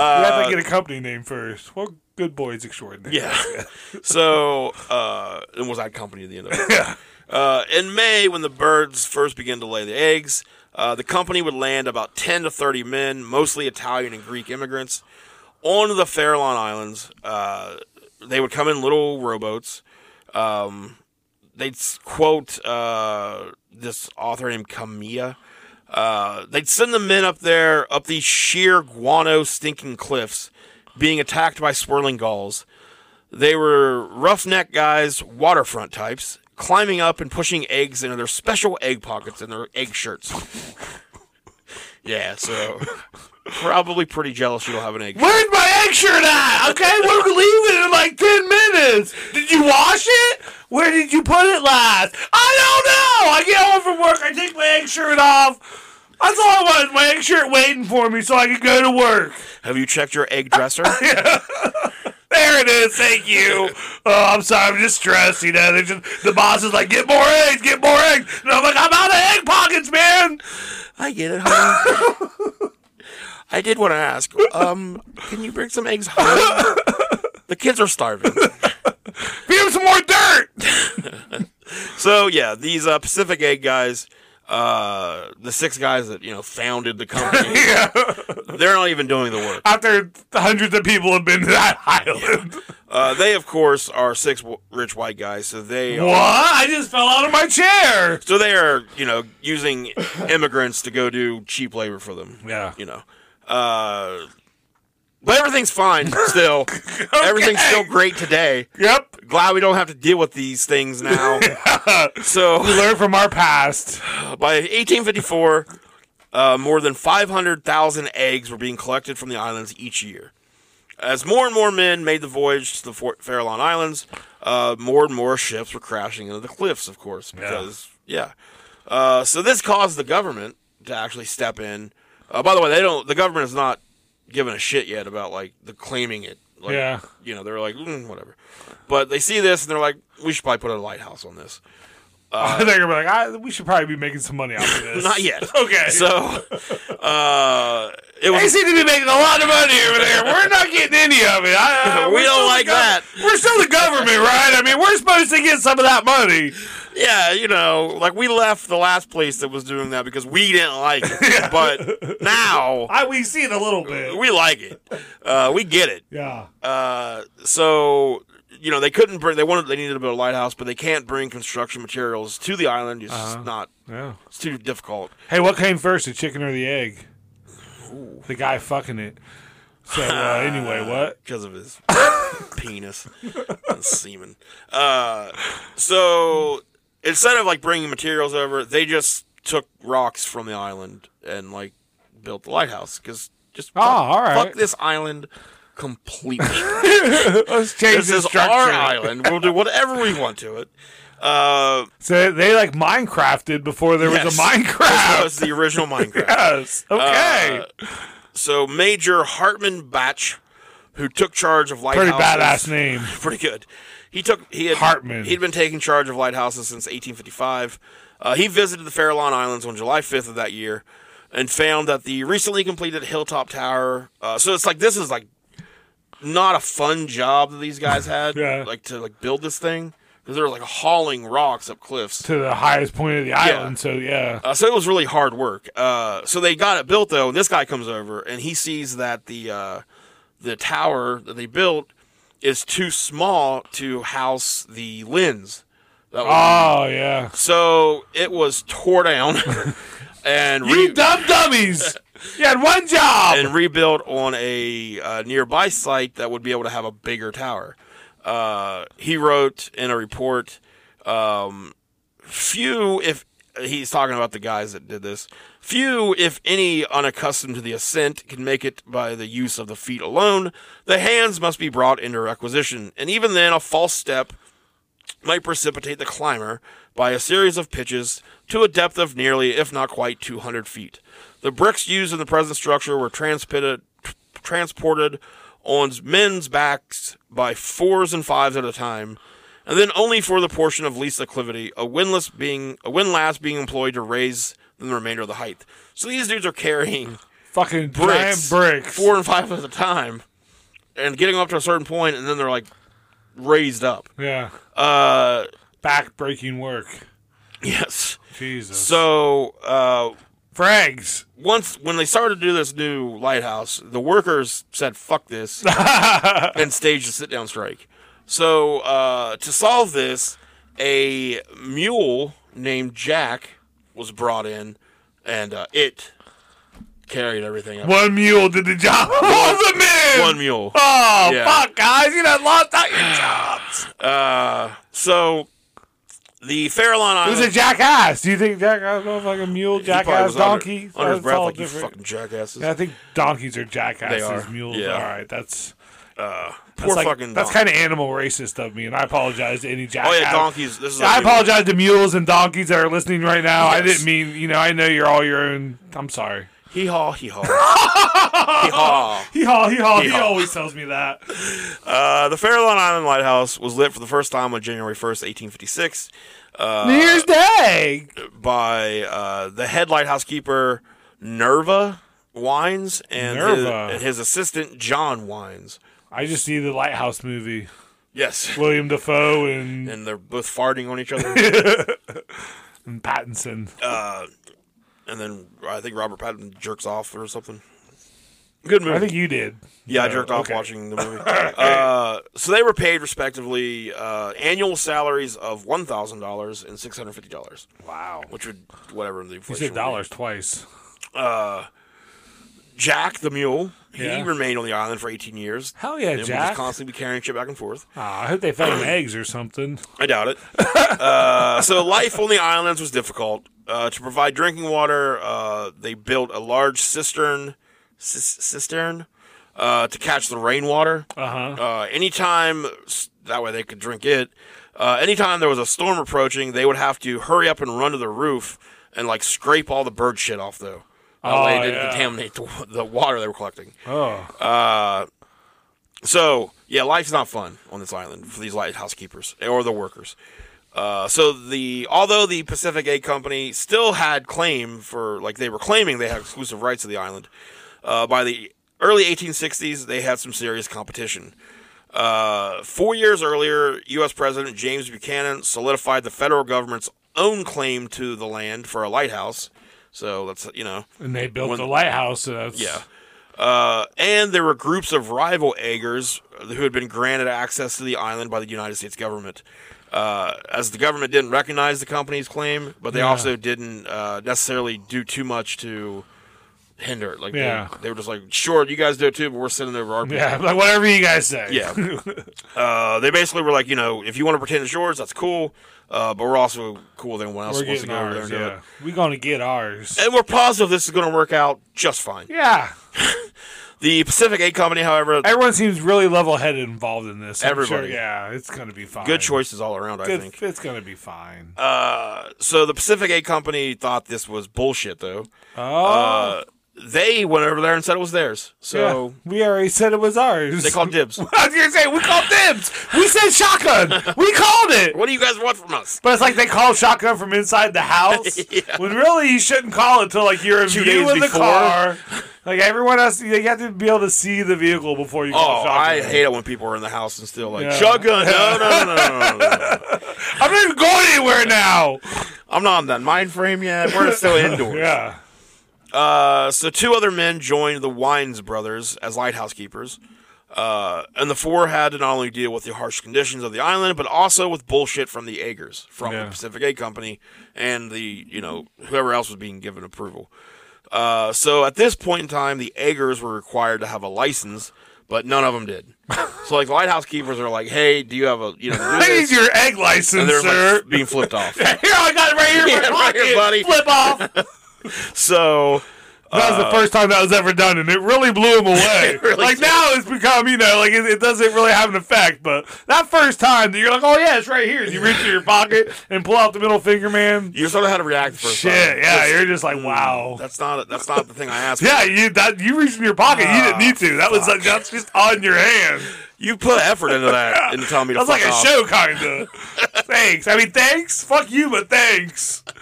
A: have to get a company name first. Well, Good Boys Extraordinary.
B: Yeah. so, uh, and was that company at the end of it? Yeah. Uh, in May, when the birds first begin to lay the eggs, uh, the company would land about 10 to 30 men, mostly Italian and Greek immigrants, onto the Farallon Islands. Uh, they would come in little rowboats. Um, they'd s- quote uh, this author named Camilla. Uh, they'd send the men up there, up these sheer guano stinking cliffs, being attacked by swirling gulls. They were roughneck guys, waterfront types, climbing up and pushing eggs into their special egg pockets in their egg shirts. yeah, so probably pretty jealous you don't have an egg.
A: Where's my egg shirt at? Okay, we're leaving in like 10 minutes. Did you wash it? Where did you put it last? I don't know. I get home from work, I take my egg shirt off. That's all I wanted, my egg shirt waiting for me so I could go to work.
B: Have you checked your egg dresser?
A: There it is. Thank you. Oh, I'm sorry. I'm just stressed. You know, They just, the boss is like, get more eggs, get more eggs. And I'm like, I'm out of egg pockets, man.
B: I get it, honey. I did want to ask, um, can you bring some eggs home? The kids are starving.
A: Give him some more dirt.
B: So yeah, these uh, Pacific Egg guys uh, the six guys that you know founded the company, they're not even doing the work.
A: After hundreds of people have been to that island.
B: Uh, they, of course, are six w- rich white guys, so they
A: What?
B: are,
A: I just fell out of my chair.
B: so they are you know using immigrants to go do cheap labor for them.
A: Yeah.
B: you know, uh, but everything's fine still. Everything's still great today.
A: Yep.
B: Glad we don't have to deal with these things now. so
A: Learn from our past.
B: By 1854, uh, more than 500,000 eggs were being collected from the islands each year. As more and more men made the voyage to the Fort Farallon Islands, uh, more and more ships were crashing into the cliffs, of course, because, yeah. Uh, so this caused the government to actually step in. Uh, by the way, they don't. the government is not giving a shit yet about, like, the claiming it. Like,
A: Yeah.
B: You know, they're like, mm, whatever. But they see this and they're like, we should probably put a lighthouse on this.
A: I think I'm like, I, we should probably be making some money off of this.
B: Uh, Not yet.
A: Okay.
B: So, uh, it
A: They
B: was.
A: seem to be making a lot of money over there. We're not getting any of it. I, I-
B: We
A: we're
B: don't
A: still the
B: like
A: gov-
B: that.
A: We're still the government, right? I mean, we're supposed to get some of that money.
B: Yeah, you know, like we left the last place that was doing that because we didn't like it. But now
A: I, we see it a little bit.
B: we like it. Uh, we get it.
A: Yeah.
B: Uh, so you know they couldn't bring. They wanted. They needed to build a lighthouse, but they can't bring construction materials to the island. It's
A: Uh-huh.
B: just not.
A: Yeah.
B: It's too difficult.
A: Hey, what came first, the chicken or the egg? The guy fucking it. So uh, anyway, what?
B: because of his penis and semen. Uh, so instead of like bringing materials over, they just took rocks from the island and like built the lighthouse because just fuck,
A: Ah, all right.
B: fuck this island completely.
A: Let's change
B: this
A: the
B: is
A: structure.
B: our island. We'll do whatever we want to it. Uh,
A: So they like Minecrafted before there was
B: yes.
A: a
B: This
A: Minecraft.
B: was the original Minecraft. Uh,
A: Yes. Okay.
B: So Major Hartman Batch, who took charge of
A: Pretty
B: lighthouses,
A: badass name.
B: pretty good. He took he had,
A: Hartman.
B: He'd been taking charge of lighthouses since 1855. Uh, he visited the Farallon Islands on July 5th of that year, and found that the recently completed hilltop tower. Uh, so it's like this is like not a fun job that these guys had,
A: Yeah.
B: like to like build this thing because they were like hauling rocks up cliffs.
A: To the highest point of the island. So yeah.
B: Uh, so it was really hard work. Uh, so they got it built though, and this guy comes over and he sees that the uh, the tower that they built is too small to house the lens. That was-
A: Oh yeah.
B: so it was tore down and
A: You
B: re-
A: dumb dummies. You had one job.
B: and rebuilt on a uh, nearby site that would be able to have a bigger tower. Uh, he wrote in a report, um, few, if he's talking about the guys that did this, few, if any, unaccustomed to the ascent can make it by the use of the feet alone. The hands must be brought into requisition, and even then, a false step might precipitate the climber by a series of pitches to a depth of nearly, if not quite, 200 feet. The bricks used in the present structure were transpitted, t- transported on men's backs by fours and fives at a time, and then only for the portion of least acclivity, a windlass being a windlass being employed to raise the remainder of the height. So these dudes are carrying
A: Fucking
B: bricks,
A: giant bricks.
B: four and five at a time, and getting up to a certain point, and then they're like raised up.
A: yeah.
B: Uh,
A: Back breaking work.
B: yes.
A: Jesus.
B: So uh,
A: For eggs.
B: once when they started to do this new lighthouse, the workers said "fuck this" and staged a sit-down strike. So uh, to solve this, a mule named Jack was brought in, and uh, it carried everything up.
A: One mule did the job. All the men.
B: One mule.
A: Oh
B: Yeah.
A: fuck, guys! You done lost out your job.
B: Uh, so the Farallon
A: It
B: Islands.
A: was a jackass. Do you think jackass was like a mule,
B: he probably
A: jackass,
B: was under-
A: donkey?
B: Under,
A: That's
B: his breath,
A: all
B: like you
A: different.
B: fucking jackasses.
A: Yeah, I think donkeys are jackasses.
B: They are.
A: Mules.
B: Yeah.
A: All right, that's.
B: Poor
A: That's, like,
B: fucking.
A: that's
B: donkey.
A: kind of animal racist of me, and I apologize to any
B: Oh
A: jackass.
B: yeah, donkeys. This is.
A: I
B: like-
A: apologize to mules and donkeys that are listening right now. I
B: Yes.
A: didn't mean, you know, I know you're all your own. I'm sorry.
B: Hee haw, hee haw. hee haw.
A: Hee haw, hee haw. He
B: Hee-haw.
A: always tells me that.
B: Uh, the Farallon Island Lighthouse was lit for the first time on January 1st, 1856,
A: New Year's Day.
B: by uh, the head lighthouse keeper Nerva Wines and, His,
A: Nerva.
B: and his assistant John Wines.
A: I just see the Lighthouse movie.
B: Yes.
A: William Defoe and,
B: And they're both farting on each other.
A: and Pattinson.
B: and then I think Robert Pattinson jerks off or something. Good movie.
A: I think you did.
B: Yeah, I
A: So,
B: jerked off
A: okay.
B: watching the movie. uh, so they were paid respectively uh, annual salaries of one thousand dollars and six hundred fifty dollars,
A: Wow.
B: which would whatever the
A: You
B: inflation.
A: said
B: would be.
A: dollars twice.
B: Jack the mule. He
A: Yeah.
B: remained on the island for eighteen years.
A: Hell yeah,
B: and would
A: Jack.
B: just constantly be carrying shit back and forth.
A: Aw, Ah, I hope they found eggs or something.
B: I doubt it. uh, so life on the islands was difficult. Uh, to provide drinking water, uh, they built a large cistern, cis- cistern, uh, to catch the rainwater.
A: Uh huh.
B: Uh, anytime that way they could drink it. Uh, anytime there was a storm approaching, they would have to hurry up and run to the roof and like scrape all the bird shit off though. That way
A: Oh,
B: they didn't
A: yeah.
B: contaminate the, the water they were collecting.
A: Oh.
B: So yeah, life's not fun on this island for these lighthouse keepers or the workers. Uh, so the although the Pacific Aid Company still had claim for like they were claiming they had exclusive rights to the island. Uh, by the early 1860s, they had some serious competition. Uh, four years earlier, U.S. President James Buchanan solidified the federal government's own claim to the land for a lighthouse. So that's you know
A: And they built
B: When-
A: the lighthouse. So that's,
B: yeah. Uh, and there were groups of rival Agers who had been granted access to the island by the United States government. Uh, as the government didn't recognize the company's claim, but they
A: Yeah.
B: also didn't uh, necessarily do too much to hinder it. Like, they-
A: Yeah.
B: they, were just like, sure, you guys do it too, but we're sending over our people.
A: Yeah, like whatever you guys say.
B: Yeah. uh, they basically were like, you know, if you want to pretend it's yours, that's cool, uh, but we're also cool that anyone else
A: We're
B: wants to
A: getting
B: go over there
A: ours.
B: and do
A: Yeah.
B: it. Eh.
A: We're going to get ours.
B: And we're positive this is going to work out just fine.
A: Yeah.
B: The Pacific Aid Company, however,
A: Everyone seems really level headed involved in this. I'm sure-
B: Everybody.
A: yeah, it's going to be fine.
B: Good choices all around, I
A: Good-
B: think.
A: It's going to be fine.
B: Uh, so the Pacific Aid Company thought this was bullshit, though.
A: oh.
B: Uh, they went over there and said it was theirs. So
A: Yeah, we already said it was ours.
B: they called dibs.
A: I was gonna say we called dibs. We said shotgun. We called it.
B: what do you guys want from us?
A: But it's like they call shotgun from inside the house. When really you shouldn't call it till like you're in
B: Two
A: view
B: days
A: of the
B: before.
A: car. Like everyone else, you have to be able to see the vehicle before you call
B: Oh,
A: shotgun.
B: I hate it when people are in the house and still like
A: Yeah.
B: shotgun. No, no, no, no, no, no, no.
A: I'm not even going anywhere now.
B: I'm not in that mind frame yet. We're still indoors.
A: Yeah.
B: Uh, so two other men joined the Wines brothers as lighthouse keepers. Uh, and the four had to not only deal with the harsh conditions of the island, but also with bullshit from the Agers, from
A: Yeah.
B: the Pacific Aid Company, and the you know whoever else was being given approval. Uh, so at this point in time, the Agers were required to have a license, but none of them did. so like lighthouse keepers are like, hey, do you have a you know? do
A: I need
B: this?"
A: your egg license,
B: and they're
A: sir.
B: like being flipped off.
A: here I got it right here, in my
B: Yeah, right
A: pocket.
B: here, buddy.
A: Flip off. That
B: so
A: was the first time that was ever done, and it really blew him away.
B: Uh, really
A: like
B: did.
A: now, it's become you know, like it, it doesn't really have an effect. But that first time, you're like, oh yeah, it's right here. And you reach in your pocket and pull out the middle finger, man.
B: you sort of had to react the first time.
A: Shit, yeah, you're just mm. like, wow.
B: Mm, That's not that's not the thing I asked. for.
A: Yeah, you that you reached in your pocket. you didn't need to. That was like that's just on your hand.
B: You put effort into that into telling me to
A: That's
B: fuck
A: like a
B: off.
A: show, kinda. thanks. I mean, thanks. Fuck you, but thanks.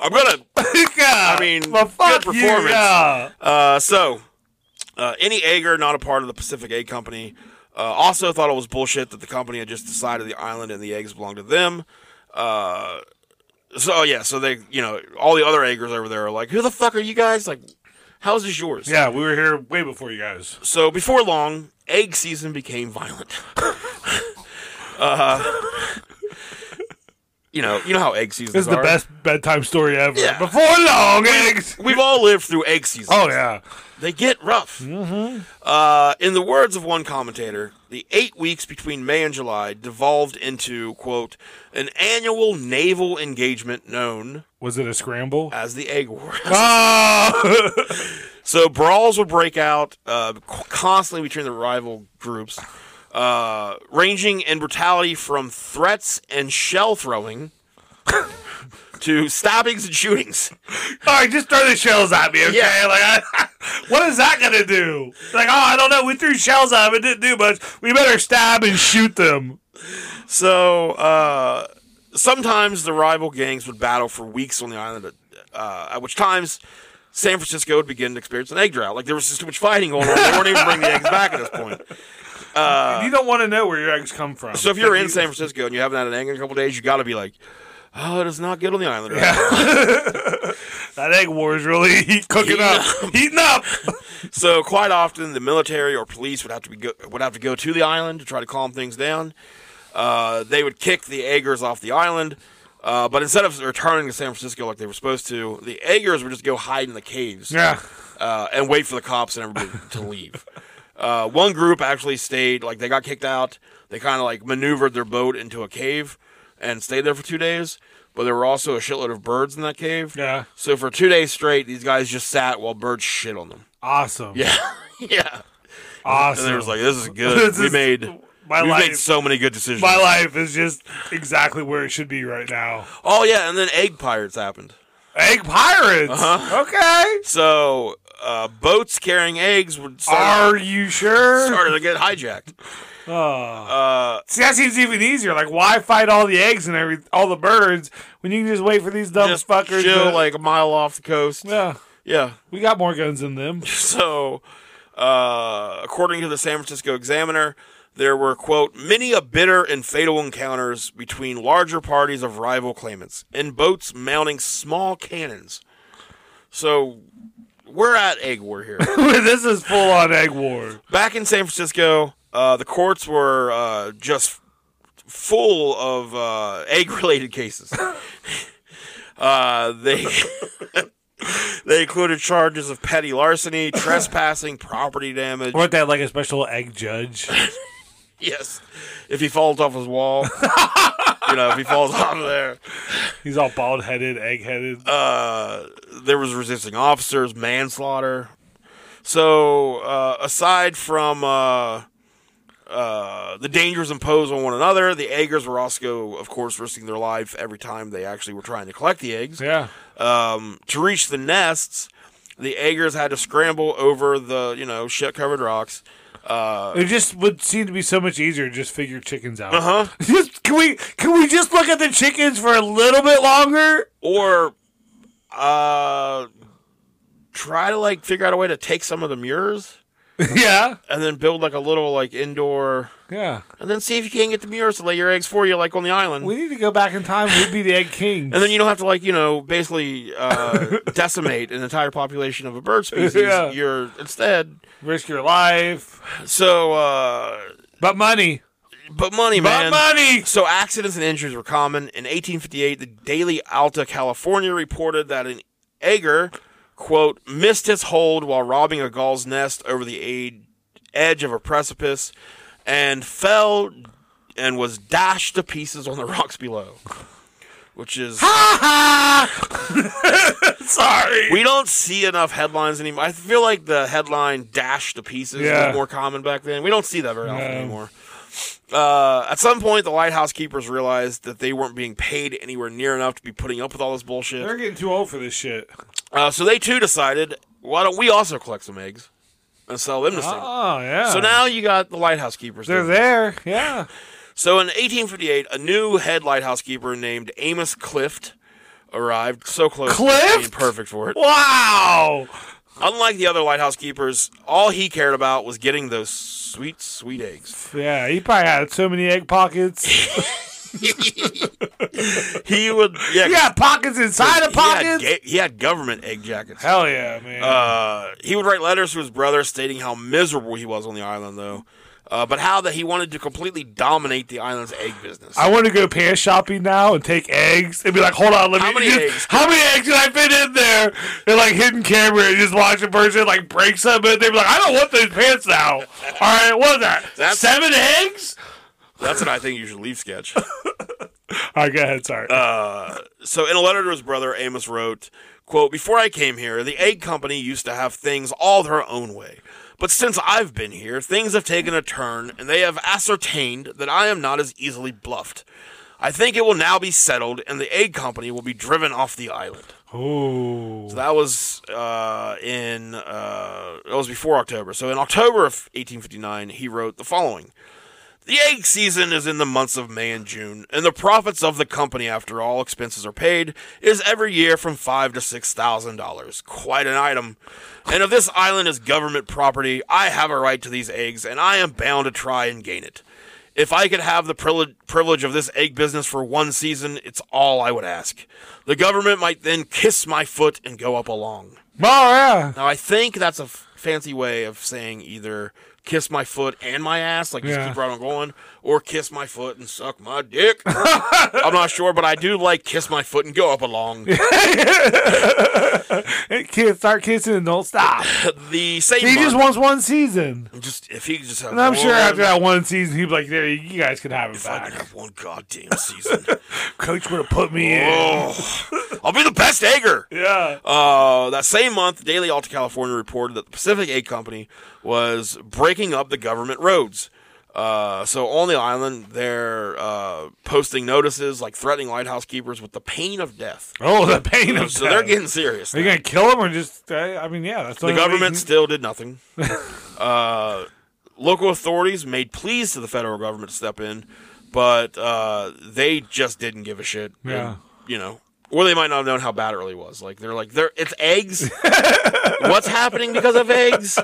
B: I'm gonna.
A: I
B: mean,
A: but
B: good
A: fuck you,
B: performance.
A: yeah.
B: Uh, so, uh, any Ager not a part of the Pacific Egg Company uh, also thought it was bullshit that the company had just decided the island and the eggs belonged to them. Uh, so yeah, so they you know all the other Agers over there are like, who the fuck are you guys? Like, how is this yours?
A: Yeah, we were here way before you guys.
B: So before long, egg season became violent. uh, you know, you know how egg seasons
A: This is the
B: are.
A: best bedtime story ever.
B: Yeah.
A: Before long, eggs.
B: We've all lived through egg season.
A: Oh yeah.
B: They get rough. Mm-hmm. Uh, in the words of one commentator, the eight weeks between May and July devolved into, quote, an annual naval engagement known
A: Was it a scramble?
B: as the Egg War.
A: Oh.
B: so brawls would break out uh, constantly between the rival groups, uh, ranging in brutality from threats and shell throwing to stabbings and shootings.
A: All right, just throw the shells at me, okay?
B: Yeah.
A: Like, I, what is that gonna do? Like, oh, I don't know. We threw shells at them; it didn't do much. We better stab and shoot them.
B: So uh, sometimes the rival gangs would battle for weeks on the island, uh, at which times San Francisco would begin to experience an egg drought. Like there was just too much fighting going on; they weren't even bringing the eggs back at this point. Uh,
A: you don't want to know where your eggs come from.
B: So if you're in San Francisco and you haven't had an egg in a couple days, you got to be like, oh, it is not good on the island. right now."
A: That egg war is really cooking up, heating up.
B: So quite often, the military or police would have to be go- would have to go to the island to try to calm things down. Uh, they would kick the Eggers off the island, uh, but instead of returning to San Francisco like they were supposed to, the Eggers would just go hide in the caves
A: yeah,
B: uh, and wait for the cops and everybody to leave. Uh, one group actually stayed, like they got kicked out. They kind of like maneuvered their boat into a cave and stayed there for two days. But there were also a shitload of birds in that cave.
A: Yeah.
B: So for two days straight, these guys just sat while birds shit on them.
A: awesome.
B: Yeah. yeah.
A: awesome.
B: And they was like, "This is good.
A: This
B: we
A: is-
B: made
A: my
B: we
A: life.
B: made so many good decisions."
A: my life is just exactly where it should be right now.
B: oh yeah, and then egg pirates happened.
A: Egg pirates.
B: Uh-huh.
A: Okay.
B: So uh, boats carrying eggs would start,
A: Are you sure?
B: started to get hijacked. Uh,
A: See, that seems even easier. Like, why fight all the eggs and every all the birds when you can just wait for these dumb
B: Just
A: fuckers?
B: chill
A: to-
B: like a mile off the coast.
A: yeah,
B: Yeah.
A: we got more guns than them.
B: So, uh, according to the San Francisco Examiner, there were quote many a bitter and fatal encounters between larger parties of rival claimants in boats mounting small cannons. So, we're at egg war here.
A: this is full on egg war.
B: back in San Francisco, uh, the courts were uh, just full of uh, egg-related cases. uh, they they included charges of petty larceny, trespassing, property damage.
A: Weren't they like a special egg judge?
B: Yes, if he falls off his wall, you know, if he falls off of there.
A: He's all bald headed, egg headed.
B: uh, there was resisting officers, manslaughter. So uh, aside from uh, uh, the dangers imposed on one another, the eggers were also, of course, risking their life every time they actually were trying to collect the eggs.
A: yeah.
B: Um, to reach the nests, the eggers had to scramble over the you know shit covered rocks. Uh,
A: It just would seem to be so much easier to just figure chickens out.
B: Uh-huh.
A: Uh huh. Just can we can we just look at the chickens for a little bit longer?
B: or uh, try to like figure out a way to take some of the mirrors.
A: yeah.
B: and then build like a little like indoor
A: Yeah.
B: and then see if you can't get the mirrors to lay your eggs for you like on the island
A: We need to go back in time. We'd be the egg kings.
B: and then you don't have to like you know basically uh, decimate an entire population of a bird species
A: Yeah.
B: you're instead
A: risk your life,
B: so uh
A: but money,
B: but money
A: but
B: man
A: money.
B: so accidents and injuries were common in 1858 the daily alta california reported that an egger quote missed his hold while robbing a gull's nest over the aid, edge of a precipice and fell and was dashed to pieces on the rocks below which is
A: Sorry.
B: we don't see enough headlines anymore i feel like the headline dashed to pieces
A: Yeah.
B: was more common back then we don't see that very often
A: No.
B: anymore uh, at some point, the lighthouse keepers realized that they weren't being paid anywhere near enough to be putting up with all this
A: They're
B: bullshit.
A: getting too old for this shit.
B: Uh, so they too decided, why don't we also collect some eggs and sell them to someone?
A: Oh yeah.
B: So now you got the lighthouse keepers.
A: they're
B: doing it.
A: there. Yeah.
B: So in 1858, a new head lighthouse keeper named Amos Clift arrived. So close. to
A: Clift?
B: being perfect for it.
A: Wow.
B: Unlike the other lighthouse keepers, all he cared about was getting those sweet, sweet eggs.
A: Yeah. He probably had so many egg pockets.
B: He would, yeah,
A: He had pockets inside of
B: he had
A: pockets.
B: ga- he had government egg jackets.
A: Hell yeah, man.
B: Uh, he would write letters to his brother stating how miserable he was on the island, though, uh, but how that he wanted to completely dominate the island's egg business.
A: I want to go pear shopping now and take eggs and be like, hold on, let me.
B: How many
A: just-
B: eggs?
A: How many eggs did I fit in there? And like hidden camera and just watch a person like break something. They'd be like, I don't want those pants now. All right, what was that?
B: That's-
A: Seven eggs?
B: That's what I think you should leave sketch.
A: All right, go ahead. Sorry.
B: Uh, so in a letter to his brother, Amos wrote, quote, Before I came here, the egg company used to have things all their own way. But since I've been here, things have taken a turn, and they have ascertained that I am not as easily bluffed. I think it will now be settled, and the egg company will be driven off the island.
A: Ooh.
B: So that was uh, in uh, that was before October. So in October of 1859, he wrote the following: "The egg season is in the months of May and June, and the profits of the company, after all expenses are paid, is every year from five to six thousand dollars. Quite an item. And if this island is government property, I have a right to these eggs, and I am bound to try and gain it." If I could have the pril- privilege of this egg business for one season, it's all I would ask. The government might then kiss my foot and go up along.
A: yeah.
B: Now, I think that's a f- fancy way of saying either kiss my foot and my ass, like just
A: Yeah.
B: keep right on going, or kiss my foot and suck my dick. I'm not sure, but I do like kiss my foot and go up along.
A: Kids start kissing and don't stop.
B: the same.
A: He just wants one season.
B: just if he could just have.
A: And I'm sure
B: one-
A: after that one season, he'd be like, there, you guys can have it
B: If I could
A: back.
B: have one goddamn season,
A: Coach would have put me in.
B: oh, I'll be the best egger.
A: Yeah.
B: Uh, that same month, Daily Alta California reported that the Pacific Egg Company was breaking up the government roads. Uh, so on the island, they're uh, posting notices like threatening lighthouse keepers with the pain of death.
A: Oh, the pain of
B: So they're
A: death.
B: getting serious.
A: Are you
B: now.
A: gonna kill him or just? uh, I I mean, yeah, that's
B: The
A: only way you
B: government
A: can-
B: still did nothing. uh, local authorities made pleas to the federal government to step in, but uh, they just didn't give a shit. And,
A: Yeah.
B: you know, or they might not have known how bad it really was. Like they're like, they're it's eggs. What's happening because of eggs?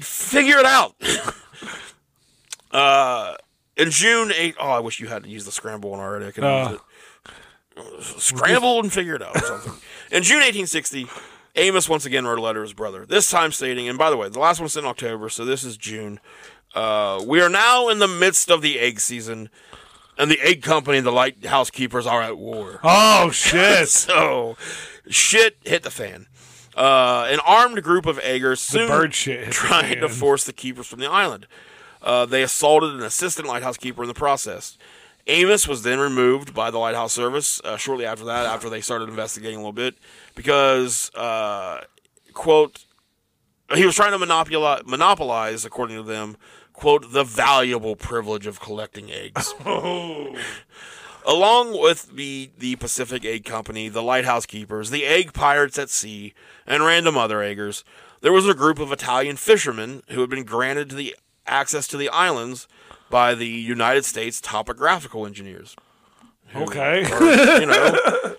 B: Figure it out. uh, in June eight oh, I wish you hadn't used the scramble one already. I could have
A: Uh.
B: used it
A: Oh.
B: scramble and figure it out or something. in June 1860, Amos once again wrote a letter to his brother, this time stating, and by the way, the last one was in October, so this is June. Uh, we are now in the midst of the egg season, and the egg company and the lighthouse keepers are at war.
A: Oh shit!
B: So, shit hit the fan. Uh, an armed group of eggers
A: the
B: soon
A: bird shit.
B: trying to
A: Man.
B: force the keepers from the island. Uh, they assaulted an assistant lighthouse keeper in the process. Amos was then removed by the lighthouse service uh, shortly after that, after they started investigating a little bit, because, uh, quote, he was trying to monopolize, monopolize, according to them, quote, the valuable privilege of collecting eggs.
A: Oh.
B: Along with the, the Pacific Egg Company, the Lighthouse Keepers, the Egg Pirates at Sea, and random other eggers, there was a group of Italian fishermen who had been granted the access to the islands by the United States topographical engineers.
A: Okay.
B: Or, you know,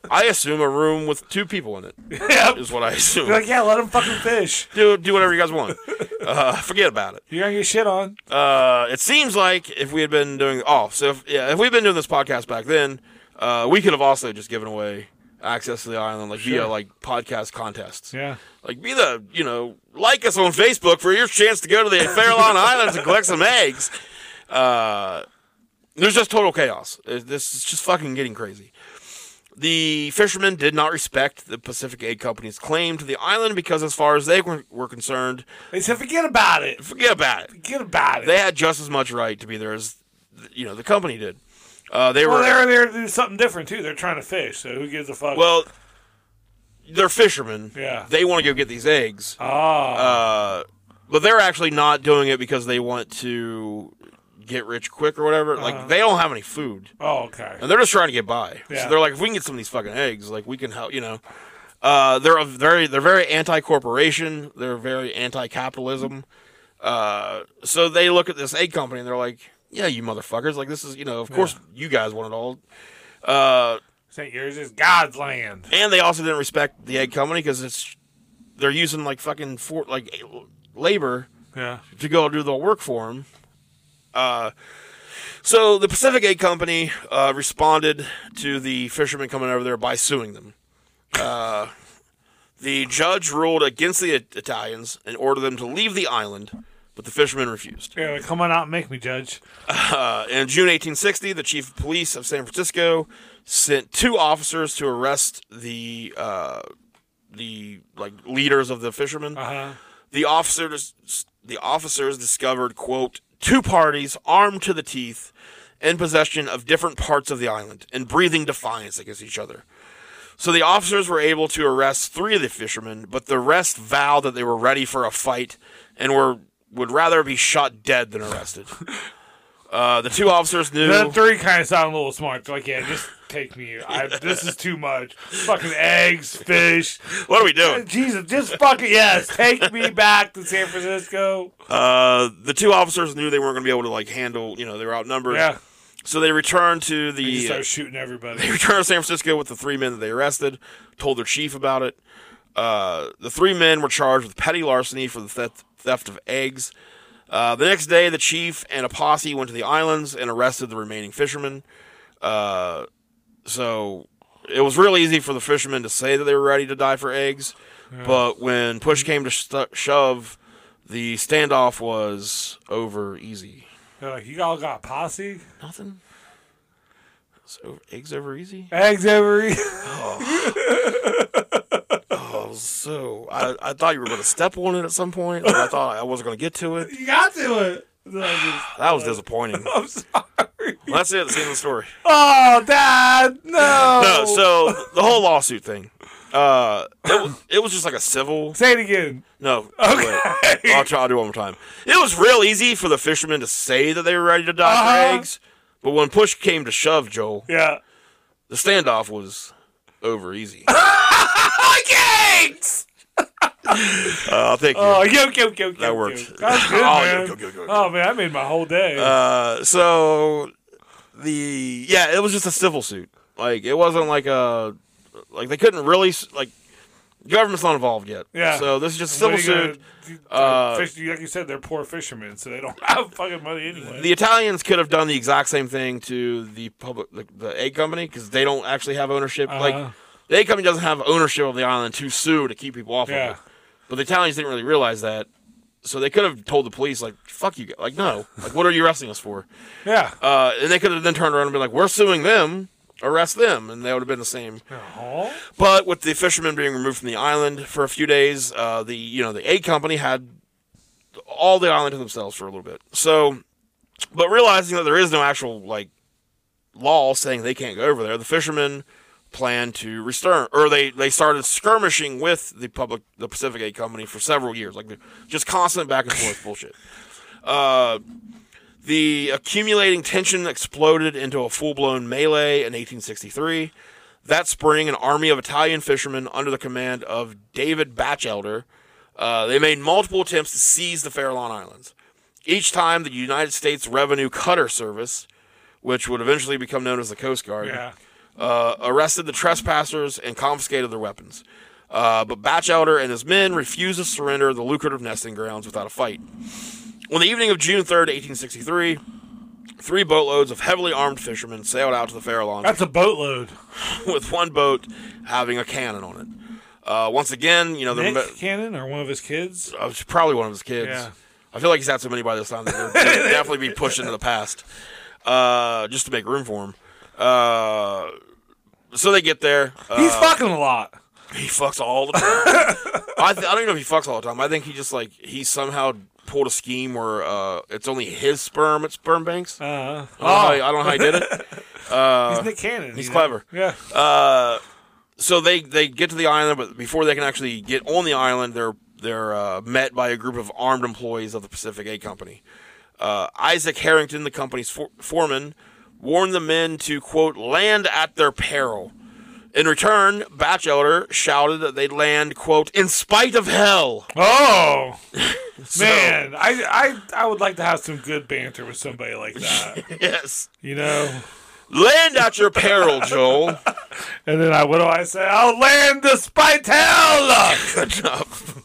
B: I assume a room with two people in it is
A: Yep.
B: what I assume.
A: Like yeah, let him fucking fish.
B: do do whatever you guys want. Uh, forget about it.
A: You're gonna get shit on.
B: Uh, it seems like if we had been doing oh, so if, yeah, if we'd been doing this podcast back then, uh, we could have also just given away access to the island like via like podcast contests.
A: Yeah.
B: Like be the you know like us on Facebook for your chance to go to the Farallon Islands and collect some eggs. Uh, there's just total chaos. Uh, This is just fucking getting crazy. The fishermen did not respect the Pacific Aid Company's claim to the island because, as far as they were, were concerned,
A: They said forget about it.
B: forget about it.
A: Forget about it.
B: They had just as much right to be there as you know the company did. Uh, they
A: well,
B: were
A: they're there to do something different too. They're trying to fish, so who gives a fuck?
B: well, they're fishermen.
A: Yeah.
B: they want to go get these eggs.
A: ah,
B: Uh, but they're actually not doing it because they want to get rich quick or whatever.
A: Uh-huh.
B: like they don't have any food,
A: oh, okay.
B: and they're just trying to get by.
A: Yeah.
B: So they're like, if we can get some of these fucking eggs, like we can help. You know, uh, they're a very they're very anti corporation. They're very anti capitalism. Uh, so they look at this egg company and they're like, yeah, you motherfuckers. Like this is you know, of course you guys want it all. Uh,
A: This ain't yours. It's God's land.
B: and they also didn't respect the egg company because it's they're using like fucking for like labor
A: Yeah.
B: to go do the work for him. Uh, so the Pacific Aid Company uh, responded to the fishermen coming over there by suing them. Uh, the judge ruled against the It- Italians and ordered them to leave the island, but the fishermen refused.
A: Yeah, like, come on out and make me judge.
B: Uh, in June 1860, the chief of police of San Francisco sent two officers to arrest the uh, the like leaders of the fishermen.
A: Uh-huh.
B: The officers the officers discovered quote two parties armed to the teeth in possession of different parts of the island and breathing defiance against each other. So the officers were able to arrest three of the fishermen, but the rest vowed that they were ready for a fight and were would rather be shot dead than arrested. Uh, the two officers knew.
A: The three kind of sound a little smart. They're like, yeah, just take me. I, This is too much. Fucking eggs, fish.
B: what are we doing?
A: Jesus, just fucking yes, take me back to San Francisco.
B: Uh, the two officers knew they weren't going to be able to like handle. You know, they were outnumbered.
A: Yeah,
B: So they returned to the. uh,
A: you start shooting everybody.
B: They returned to San Francisco with the three men that they arrested, told their chief about it. Uh, the three men were charged with petty larceny for the theft, theft of eggs. Uh, the next day, the chief and a posse went to the islands and arrested the remaining fishermen. Uh, so it was real easy for the fishermen to say that they were ready to die for eggs, but when push came to stu shove, the standoff was over easy.
A: They're like, you all got posse?
B: Nothing. So eggs over easy.
A: Eggs every.
B: Oh, so I, I thought you were going to step on it at some point. Like, I thought I wasn't going to get to it.
A: you got to it. So I'm just-
B: That was disappointing. well,
A: I'm sorry.
B: that's it. That's the end of the story.
A: Oh, Dad, no.
B: No, so the whole lawsuit thing. Uh, it was, it was just like a civil.
A: say it again.
B: No, okay. I'll try. I'll do it one more time. It was real easy for the fishermen to say that they were ready to die
A: Uh-huh.
B: for eggs, but when push came to shove, Joel,
A: Yeah.
B: the standoff was over easy.
A: Eggs.
B: Uh, thank you.
A: Oh, yo, yo, yo, yo.
B: That worked.
A: Yo. That's good,
B: Oh,
A: man.
B: yo, yo, yo, yo.
A: Oh man, I made my whole day.
B: Uh, so the yeah, it was just a civil suit. Like it wasn't like a like they couldn't really s- like government's not involved yet.
A: Yeah.
B: So this is just a
A: What
B: civil
A: are you gonna
B: suit.
A: do?
B: uh,
A: Fish- like you said, they're poor fishermen, so they don't have fucking money anyway.
B: The Italians could have done the exact same thing to the public the, the egg company because they don't actually have ownership.
A: Uh-huh.
B: Like the egg company doesn't have ownership of the island to sue to keep people off
A: Yeah.
B: of it. But the Italians didn't really realize that. So they could have told the police, like, "Fuck you, guys. like, no, like, what are you arresting us for?"
A: yeah.
B: Uh, and they could have then turned around and been like, "We're suing them, arrest them," and they would have been the same. Uh-huh.
A: Aw.
B: But with the fishermen being removed from the island for a few days, uh, the you know the A company had all the island to themselves for a little bit. So, but realizing that there is no actual like law saying they can't go over there, the fishermen planned to return, or they they started skirmishing with the public, the Pacific A company for several years, like just constant back and forth bullshit. Uh, the accumulating tension exploded into a full blown melee in 1863. That spring, an army of Italian fishermen under the command of David Batchelder, uh, they made multiple attempts to seize the Farallon Islands. Each time, the United States Revenue Cutter Service, which would eventually become known as the Coast Guard,
A: Yeah.
B: uh, arrested the trespassers and confiscated their weapons. Uh, but Batchelder and his men refused to surrender the lucrative nesting grounds without a fight. On the evening of June 3rd, 1863, three boatloads of heavily armed fishermen sailed out to the Farallon
A: That's a boatload.
B: with one boat having a cannon on it. Uh, once again, you know, they're
A: Nick
B: me-
A: Cannon or one of his kids?
B: uh, it's probably one of his kids.
A: Yeah.
B: I feel like he's had so many by this time that they're- they'll definitely be pushed into the past uh, just to make room for him. Uh, so they get there. Uh,
A: He's fucking a lot.
B: he fucks all the time. I, th- I don't even know if he fucks all the time. I think he just like he somehow pulled a scheme where uh, it's only his sperm at sperm banks. I
A: Uh,
B: don't, know how he, I don't know how he did it.
A: he's Nick Cannon.
B: Uh, he's
A: you know?
B: clever.
A: Yeah.
B: so they they get to the island, but before they can actually get on the island, they're they're uh, met by a group of armed employees of the Pacific A Company. Uh, Isaac Harrington, the company's for- foreman, warned the men to quote land at their peril. In return, Batchelder shouted that they'd land quote in spite of hell.
A: Oh
B: So-
A: man, I, I I would like to have some good banter with somebody like that.
B: yes,
A: you know.
B: land at your peril, Joel.
A: And then I what do I say? I'll land despite hell.
B: Good enough.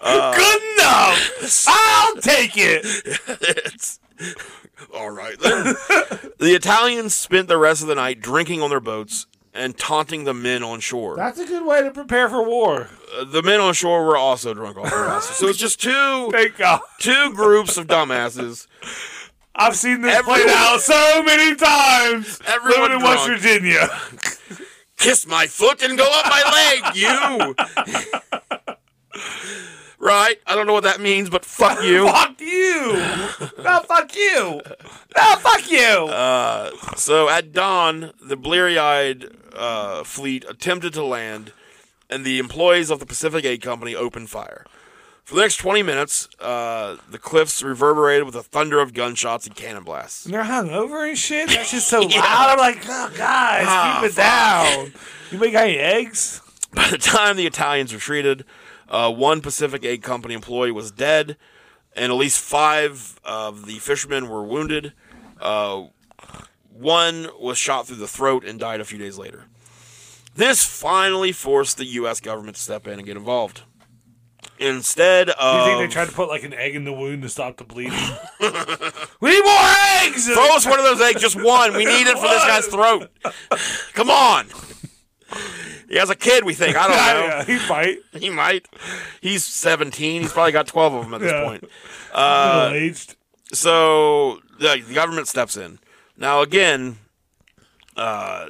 B: Uh,
A: Good enough. I'll take it.
B: It's- all right then. the Italians spent the rest of the night drinking on their boats and taunting the men on shore.
A: That's a good way to prepare for war.
B: Uh, the men on shore were also drunk off their asses. So it's just two
A: Thank God.
B: two groups of dumbasses.
A: I've seen this played
B: Everyone-
A: out so many times.
B: Everyone
A: living in West
B: drunk.
A: Virginia.
B: Kiss my foot and go up my leg, you. right? I don't know what that means, but fuck you.
A: fuck you. No, fuck you. No, fuck you.
B: Uh, So at dawn, the bleary eyed uh, fleet attempted to land, and the employees of the Pacific Aid Company opened fire. For the next 20 minutes, uh, the cliffs reverberated with a thunder of gunshots and cannon blasts.
A: And they're hungover and shit. That's just so loud. I'm like, oh, guys,
B: Ah,
A: keep it down. You make any eggs?
B: By the time the Italians retreated, uh, one Pacific Aid Company employee was dead, and at least five of the fishermen were wounded. Uh, one was shot through the throat and died a few days later. This finally forced the U.S. government to step in and get involved. instead
A: Do you
B: of
A: think they tried to put like an egg in the wound to stop the bleeding? we need more eggs.
B: throw us one of those eggs, just one. We need it for this guy's throat. Come on. He has a kid, we think. I don't know.
A: Yeah, he might.
B: He might. He's 17. He's probably got 12 of them at this
A: Yeah.
B: point. Uh,
A: Middle aged.
B: So the, the government steps in. Now, again, uh,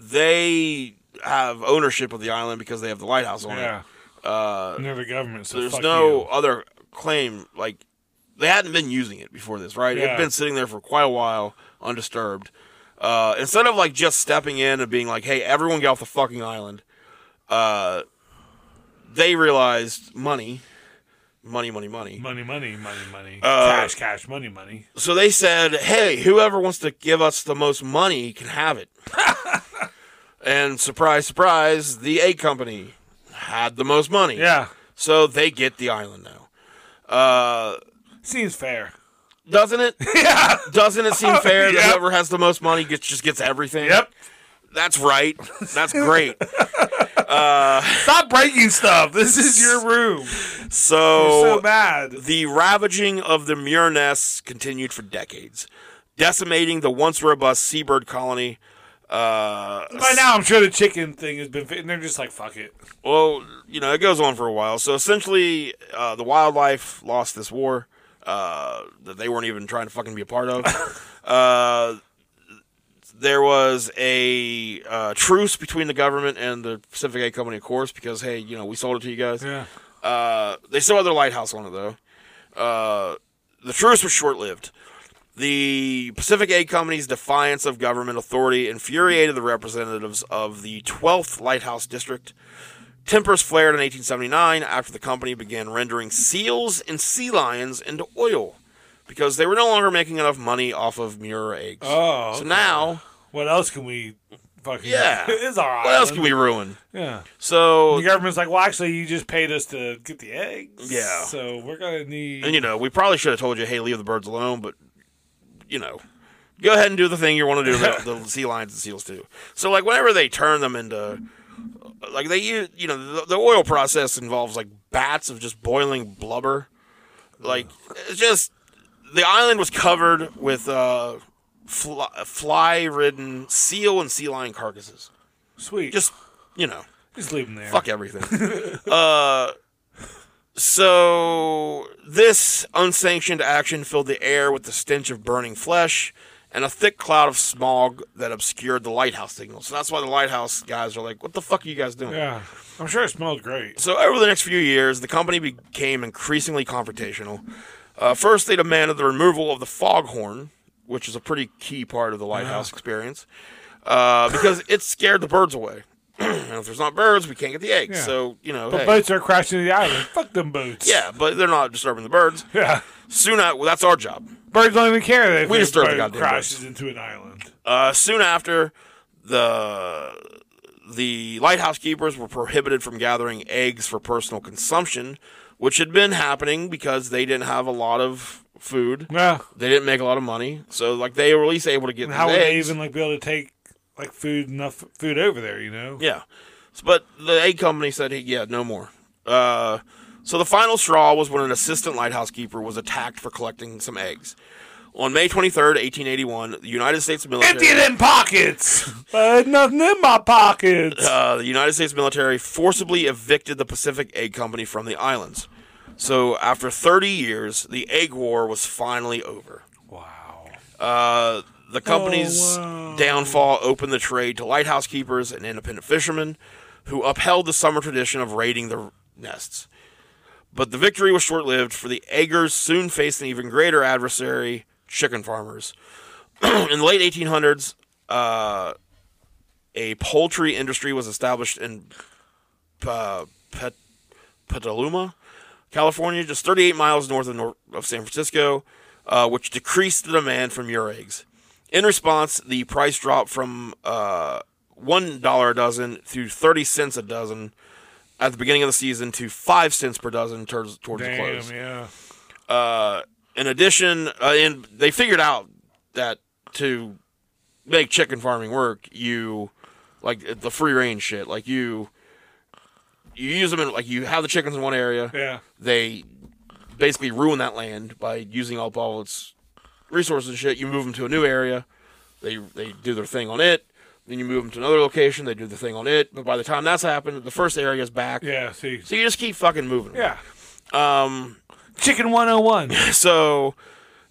B: they have ownership of the island because they have the lighthouse on
A: Yeah.
B: it.
A: And they're the government, so
B: Uh, There's
A: fuck
B: no
A: you.
B: other claim. Like, they hadn't been using it before this, right?
A: Yeah.
B: It'd been sitting there for quite a while, undisturbed. Uh, instead of, like, just stepping in and being like, hey, everyone get off the fucking island, uh, they realized money, money, money, money.
A: money, money, money, money,
B: Uh,
A: cash, cash, money, money.
B: So they said, "Hey, whoever wants to give us the most money can have it." and surprise, surprise, the A company had the most money.
A: Yeah,
B: So they get the island now. Uh,
A: seems fair.
B: doesn't it?
A: Yeah.
B: Doesn't it seem fair that
A: Yep.
B: whoever has the most money gets just gets everything?
A: Yep.
B: That's right. That's great.
A: Stop breaking stuff. This is your room.
B: So,
A: so bad.
B: the ravaging of the Muir nests continued for decades, decimating the once robust seabird colony. Uh,
A: By now, I'm sure the chicken thing has been. fi- And they're just like, fuck it.
B: Well, you know, it goes on for a while. So essentially, uh, the wildlife lost this war uh, that they weren't even trying to fucking be a part of. uh, there was a uh, truce between the government and the Pacific A Company, of course, because hey, you know, we sold it to you guys.
A: Yeah.
B: Uh, they still had their lighthouse on it though. Uh, the truce was short-lived. The Pacific Aid Company's defiance of government authority infuriated the representatives of the 12th Lighthouse District. Tempers flared in 1879 after the company began rendering seals and sea lions into oil because they were no longer making enough money off of Muir eggs.
A: Oh,
B: so
A: okay.
B: now,
A: What else can we fucking?
B: yeah,
A: it's all right.
B: What else can we ruin?
A: Yeah.
B: So
A: The government's like, well, actually, you just paid us to get the eggs.
B: Yeah.
A: So we're gonna need.
B: And you know, we probably should have told you, hey, leave the birds alone, but you know, go ahead and do the thing you want to do. that the sea lions and seals do. So like, whenever they turn them into, like they use, you know, the, the oil process involves like bats of just boiling blubber. Like it's just the island was covered with uh, fly, fly-ridden seal and sea lion carcasses.
A: Sweet. Just
B: Just you know.
A: just leave them there.
B: Fuck everything. uh, so this unsanctioned action filled the air with the stench of burning flesh and a thick cloud of smog that obscured the lighthouse signal. So that's why the lighthouse guys are like, "What the fuck are you guys doing?"
A: Yeah. I'm sure it smelled great.
B: So over the next few years, the company became increasingly confrontational. Uh, first, they demanded the removal of the foghorn, which is a pretty key part of the lighthouse experience, uh, because it scared the birds away. and if there's not birds, we can't get the eggs.
A: Yeah.
B: So you know,
A: But
B: hey.
A: boats are crashing to the island. Fuck them boats.
B: yeah, but they're not disturbing the birds.
A: Yeah.
B: Soon, a- well, that's our job.
A: Birds don't even care that if
B: We
A: a
B: disturbed the
A: boat
B: goddamn
A: crashes into an island.
B: Uh, soon after, the the lighthouse keepers were prohibited from gathering eggs for personal consumption, which had been happening because they didn't have a lot of food.
A: Yeah.
B: They didn't make a lot of money, so like they were at least able to get
A: And how
B: these
A: would they
B: eggs.
A: even like be able to take like food enough food over there? You know.
B: Yeah. S- But the egg company said, hey, yeah, no more. Uh, so the final straw was when an assistant lighthouse keeper was attacked for collecting some eggs. On May 23rd, 1881, the United States
A: Empty
B: military,
A: them pockets. but nothing in my pockets.
B: uh, the United States military forcibly evicted the Pacific Egg Company from the islands. So after 30 years, the egg war was finally over.
A: wow.
B: Uh, the company's
A: Oh, wow.
B: downfall opened the trade to lighthouse keepers and independent fishermen who upheld the summer tradition of raiding their nests. But the victory was short lived, for the eggers soon faced an even greater adversary chicken farmers. in the late 1800s, uh, a poultry industry was established in uh, Pet- Petaluma, California, just 38 miles north of, nor- of San Francisco, uh, which decreased the demand for Muir eggs. In response, the price dropped from uh, $1 a dozen to 30 cents a dozen at the beginning of the season to 5 cents per dozen towards, towards the close.
A: Damn. Yeah.
B: Uh, In addition, uh, and they figured out that to make chicken farming work, you like the free range shit, like you you use them in like you have the chickens in one area.
A: Yeah.
B: They basically ruin that land by using up all its resources and shit. You move them to a new area. They they do their thing on it. Then you move them to another location. They do the thing on it. But by the time that's happened, the first area is back.
A: Yeah. See.
B: So you just keep fucking moving. 'em.
A: Yeah.
B: Um.
A: Chicken 101.
B: So,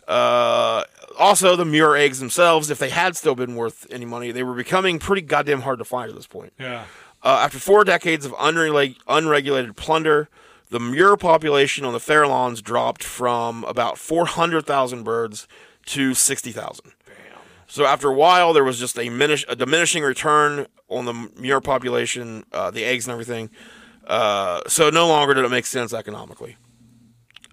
B: uh, also the Muir eggs themselves, if they had still been worth any money, they were becoming pretty goddamn hard to find at this point.
A: yeah.
B: Uh, after four decades of unrela- unregulated plunder, the Muir population on the Farallons dropped from about 400,000 birds to 60,000. So after a while, there was just a, minish- a diminishing return on the Muir population, uh, the eggs and everything. Uh, so no longer did it make sense economically.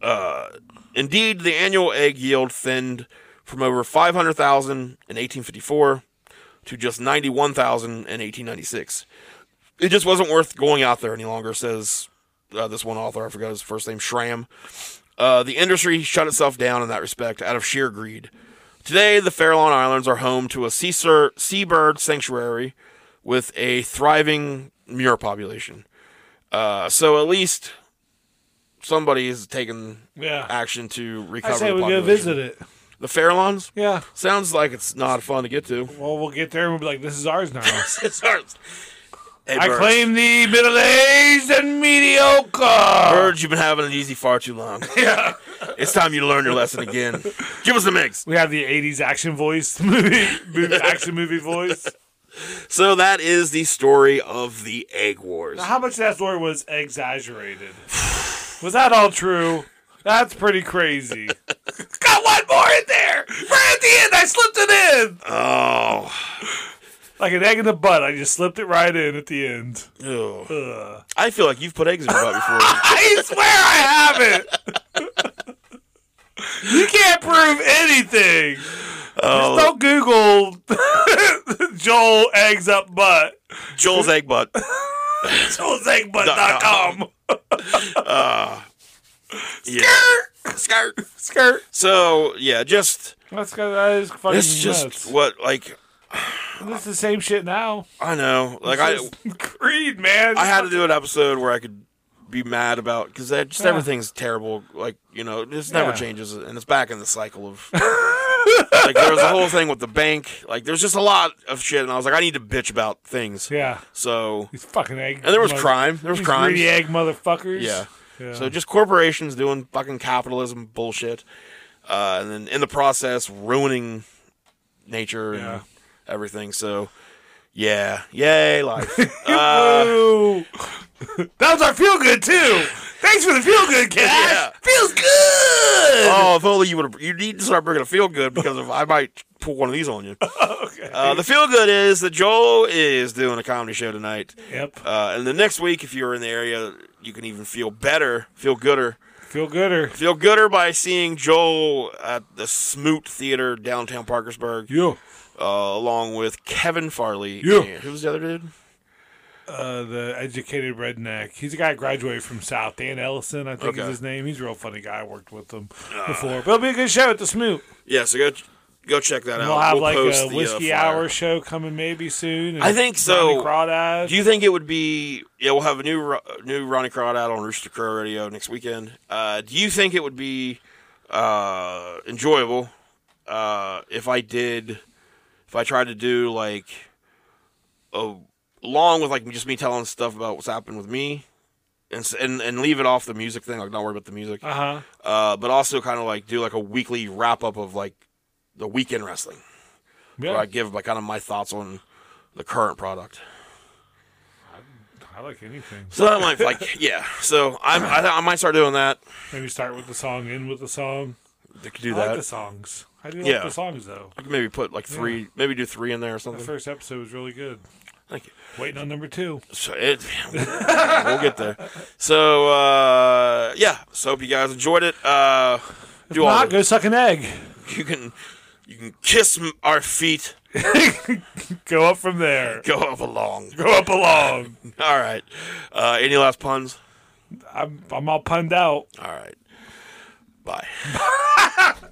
B: Uh, indeed, the annual egg yield thinned from over 500,000 in 1854 to just 91,000 in 1896 it just wasn't worth going out there any longer, says uh, this one author. I forgot his first name, Shram. Uh, the industry shut itself down in that respect out of sheer greed. Today, the Farallon Islands are home to a sea sir- seabird sanctuary with a thriving muir population. Uh, so at least somebody has taken
A: Yeah.
B: action to recover
A: I say
B: the
A: we go
B: population.
A: visit it.
B: The Farallons?
A: Yeah.
B: Sounds like it's not fun to get to.
A: Well, we'll get there and we'll be like, this is ours now.
B: it's ours. Hey,
A: I
B: birds.
A: claim the middle aged and mediocre.
B: Birds, you've been having it easy far too long. Uh, Yeah. it's time you learn your lesson again. Give us the mix.
A: We have the 80s action voice, movie, movie action movie voice.
B: So that is the story of the Egg Wars.
A: Now, how much of that story was exaggerated? was that all true? That's pretty crazy. Got one more in there. Right at the end, I slipped it in.
B: Oh.
A: Like an egg in the butt, I just slipped it right in at the end.
B: Ew. I feel like you've put eggs in your butt before.
A: I swear I haven't. you can't prove anything.
B: Oh.
A: Just don't Google Joel eggs up butt.
B: Joel's egg butt.
A: Joel's egg butt.com.
B: Uh, Yeah. Skirt. Skirt.
A: Skirt.
B: So yeah, just
A: That's that is fucking
B: it's just
A: nuts.
B: what like
A: It's the same shit now.
B: I know like I
A: Just Creed, man.
B: I had to do an episode where I could be mad about because that just
A: Yeah.
B: everything's terrible. Like you know, it just never
A: Yeah.
B: changes, and it's back in the cycle of like there was a whole thing with the bank. Like there's just a lot of shit, and I was like, I need to bitch about things.
A: Yeah.
B: So
A: These fucking egg.
B: and there was
A: mother-
B: crime. There was
A: These
B: crime.
A: greedy egg motherfuckers.
B: Yeah.
A: Yeah.
B: So just corporations doing fucking capitalism bullshit, uh, and then in the process ruining nature and
A: Yeah.
B: everything. So yeah, yay life.
A: Woo.
B: uh,
A: that was our feel good too. Thanks for the feel good, Cash.
B: Yeah.
A: Feels good.
B: Oh, if only you would have. You need to start bringing a feel good because if I might pull one of these on you.
A: Okay.
B: Uh, the feel good is that Joel is doing a comedy show tonight.
A: yep.
B: Uh, and the next week, if you're in the area, you can even feel better, feel gooder.
A: Feel gooder.
B: Feel gooder by seeing Joel at the Smoot Theater downtown Parkersburg,
A: You.
B: uh, along with Kevin Farley.
A: Yeah.
B: and- who was the other dude?
A: Uh, the educated redneck. He's a guy that graduated from South. Dan Ellison, I think
B: Okay. Uh,
A: is his name. He's a real funny guy. I worked with him before. But it'll be a good show at the Smoot.
B: Yeah, so go go check that out.
A: We'll have like
B: post
A: a
B: the, uh,
A: whiskey
B: flyer.
A: hour show coming maybe soon. and
B: I think so.
A: Johnny Crawdad.
B: Do you think it would be? Yeah, we'll have a new Ro- new Ronnie Crowd out on Rooster Crow Radio next weekend. Uh, do you think it would be uh, enjoyable uh, if I did? If I tried to do like a along with like just me telling stuff about what's happened with me, and s- and and leave it off the music thing, like not worry about the music,
A: uh huh.
B: uh, but also kind of like do like a weekly wrap up of like the weekend wrestling,
A: Yeah.
B: where I give like kind of my thoughts on the current product.
A: I like anything.
B: So that might like yeah. So I'm, I, I might start doing that.
A: Maybe start with the song, end with the song.
B: They could do
A: I
B: that.
A: like the songs. I do like
B: Yeah.
A: the songs though.
B: I could maybe put like three, maybe do three in there or
A: The
B: something.
A: first episode was really good.
B: Thank you.
A: Waiting on number two.
B: So it, we'll get there. So uh, yeah. So hope you guys enjoyed it. Uh, do all
A: Not
B: the,
A: go suck an egg.
B: you can you can kiss m- our feet.
A: Go up from there.
B: Go up along.
A: Go up along.
B: All right. Uh, any last puns?
A: I'm I'm all punned out.
B: All right. Bye.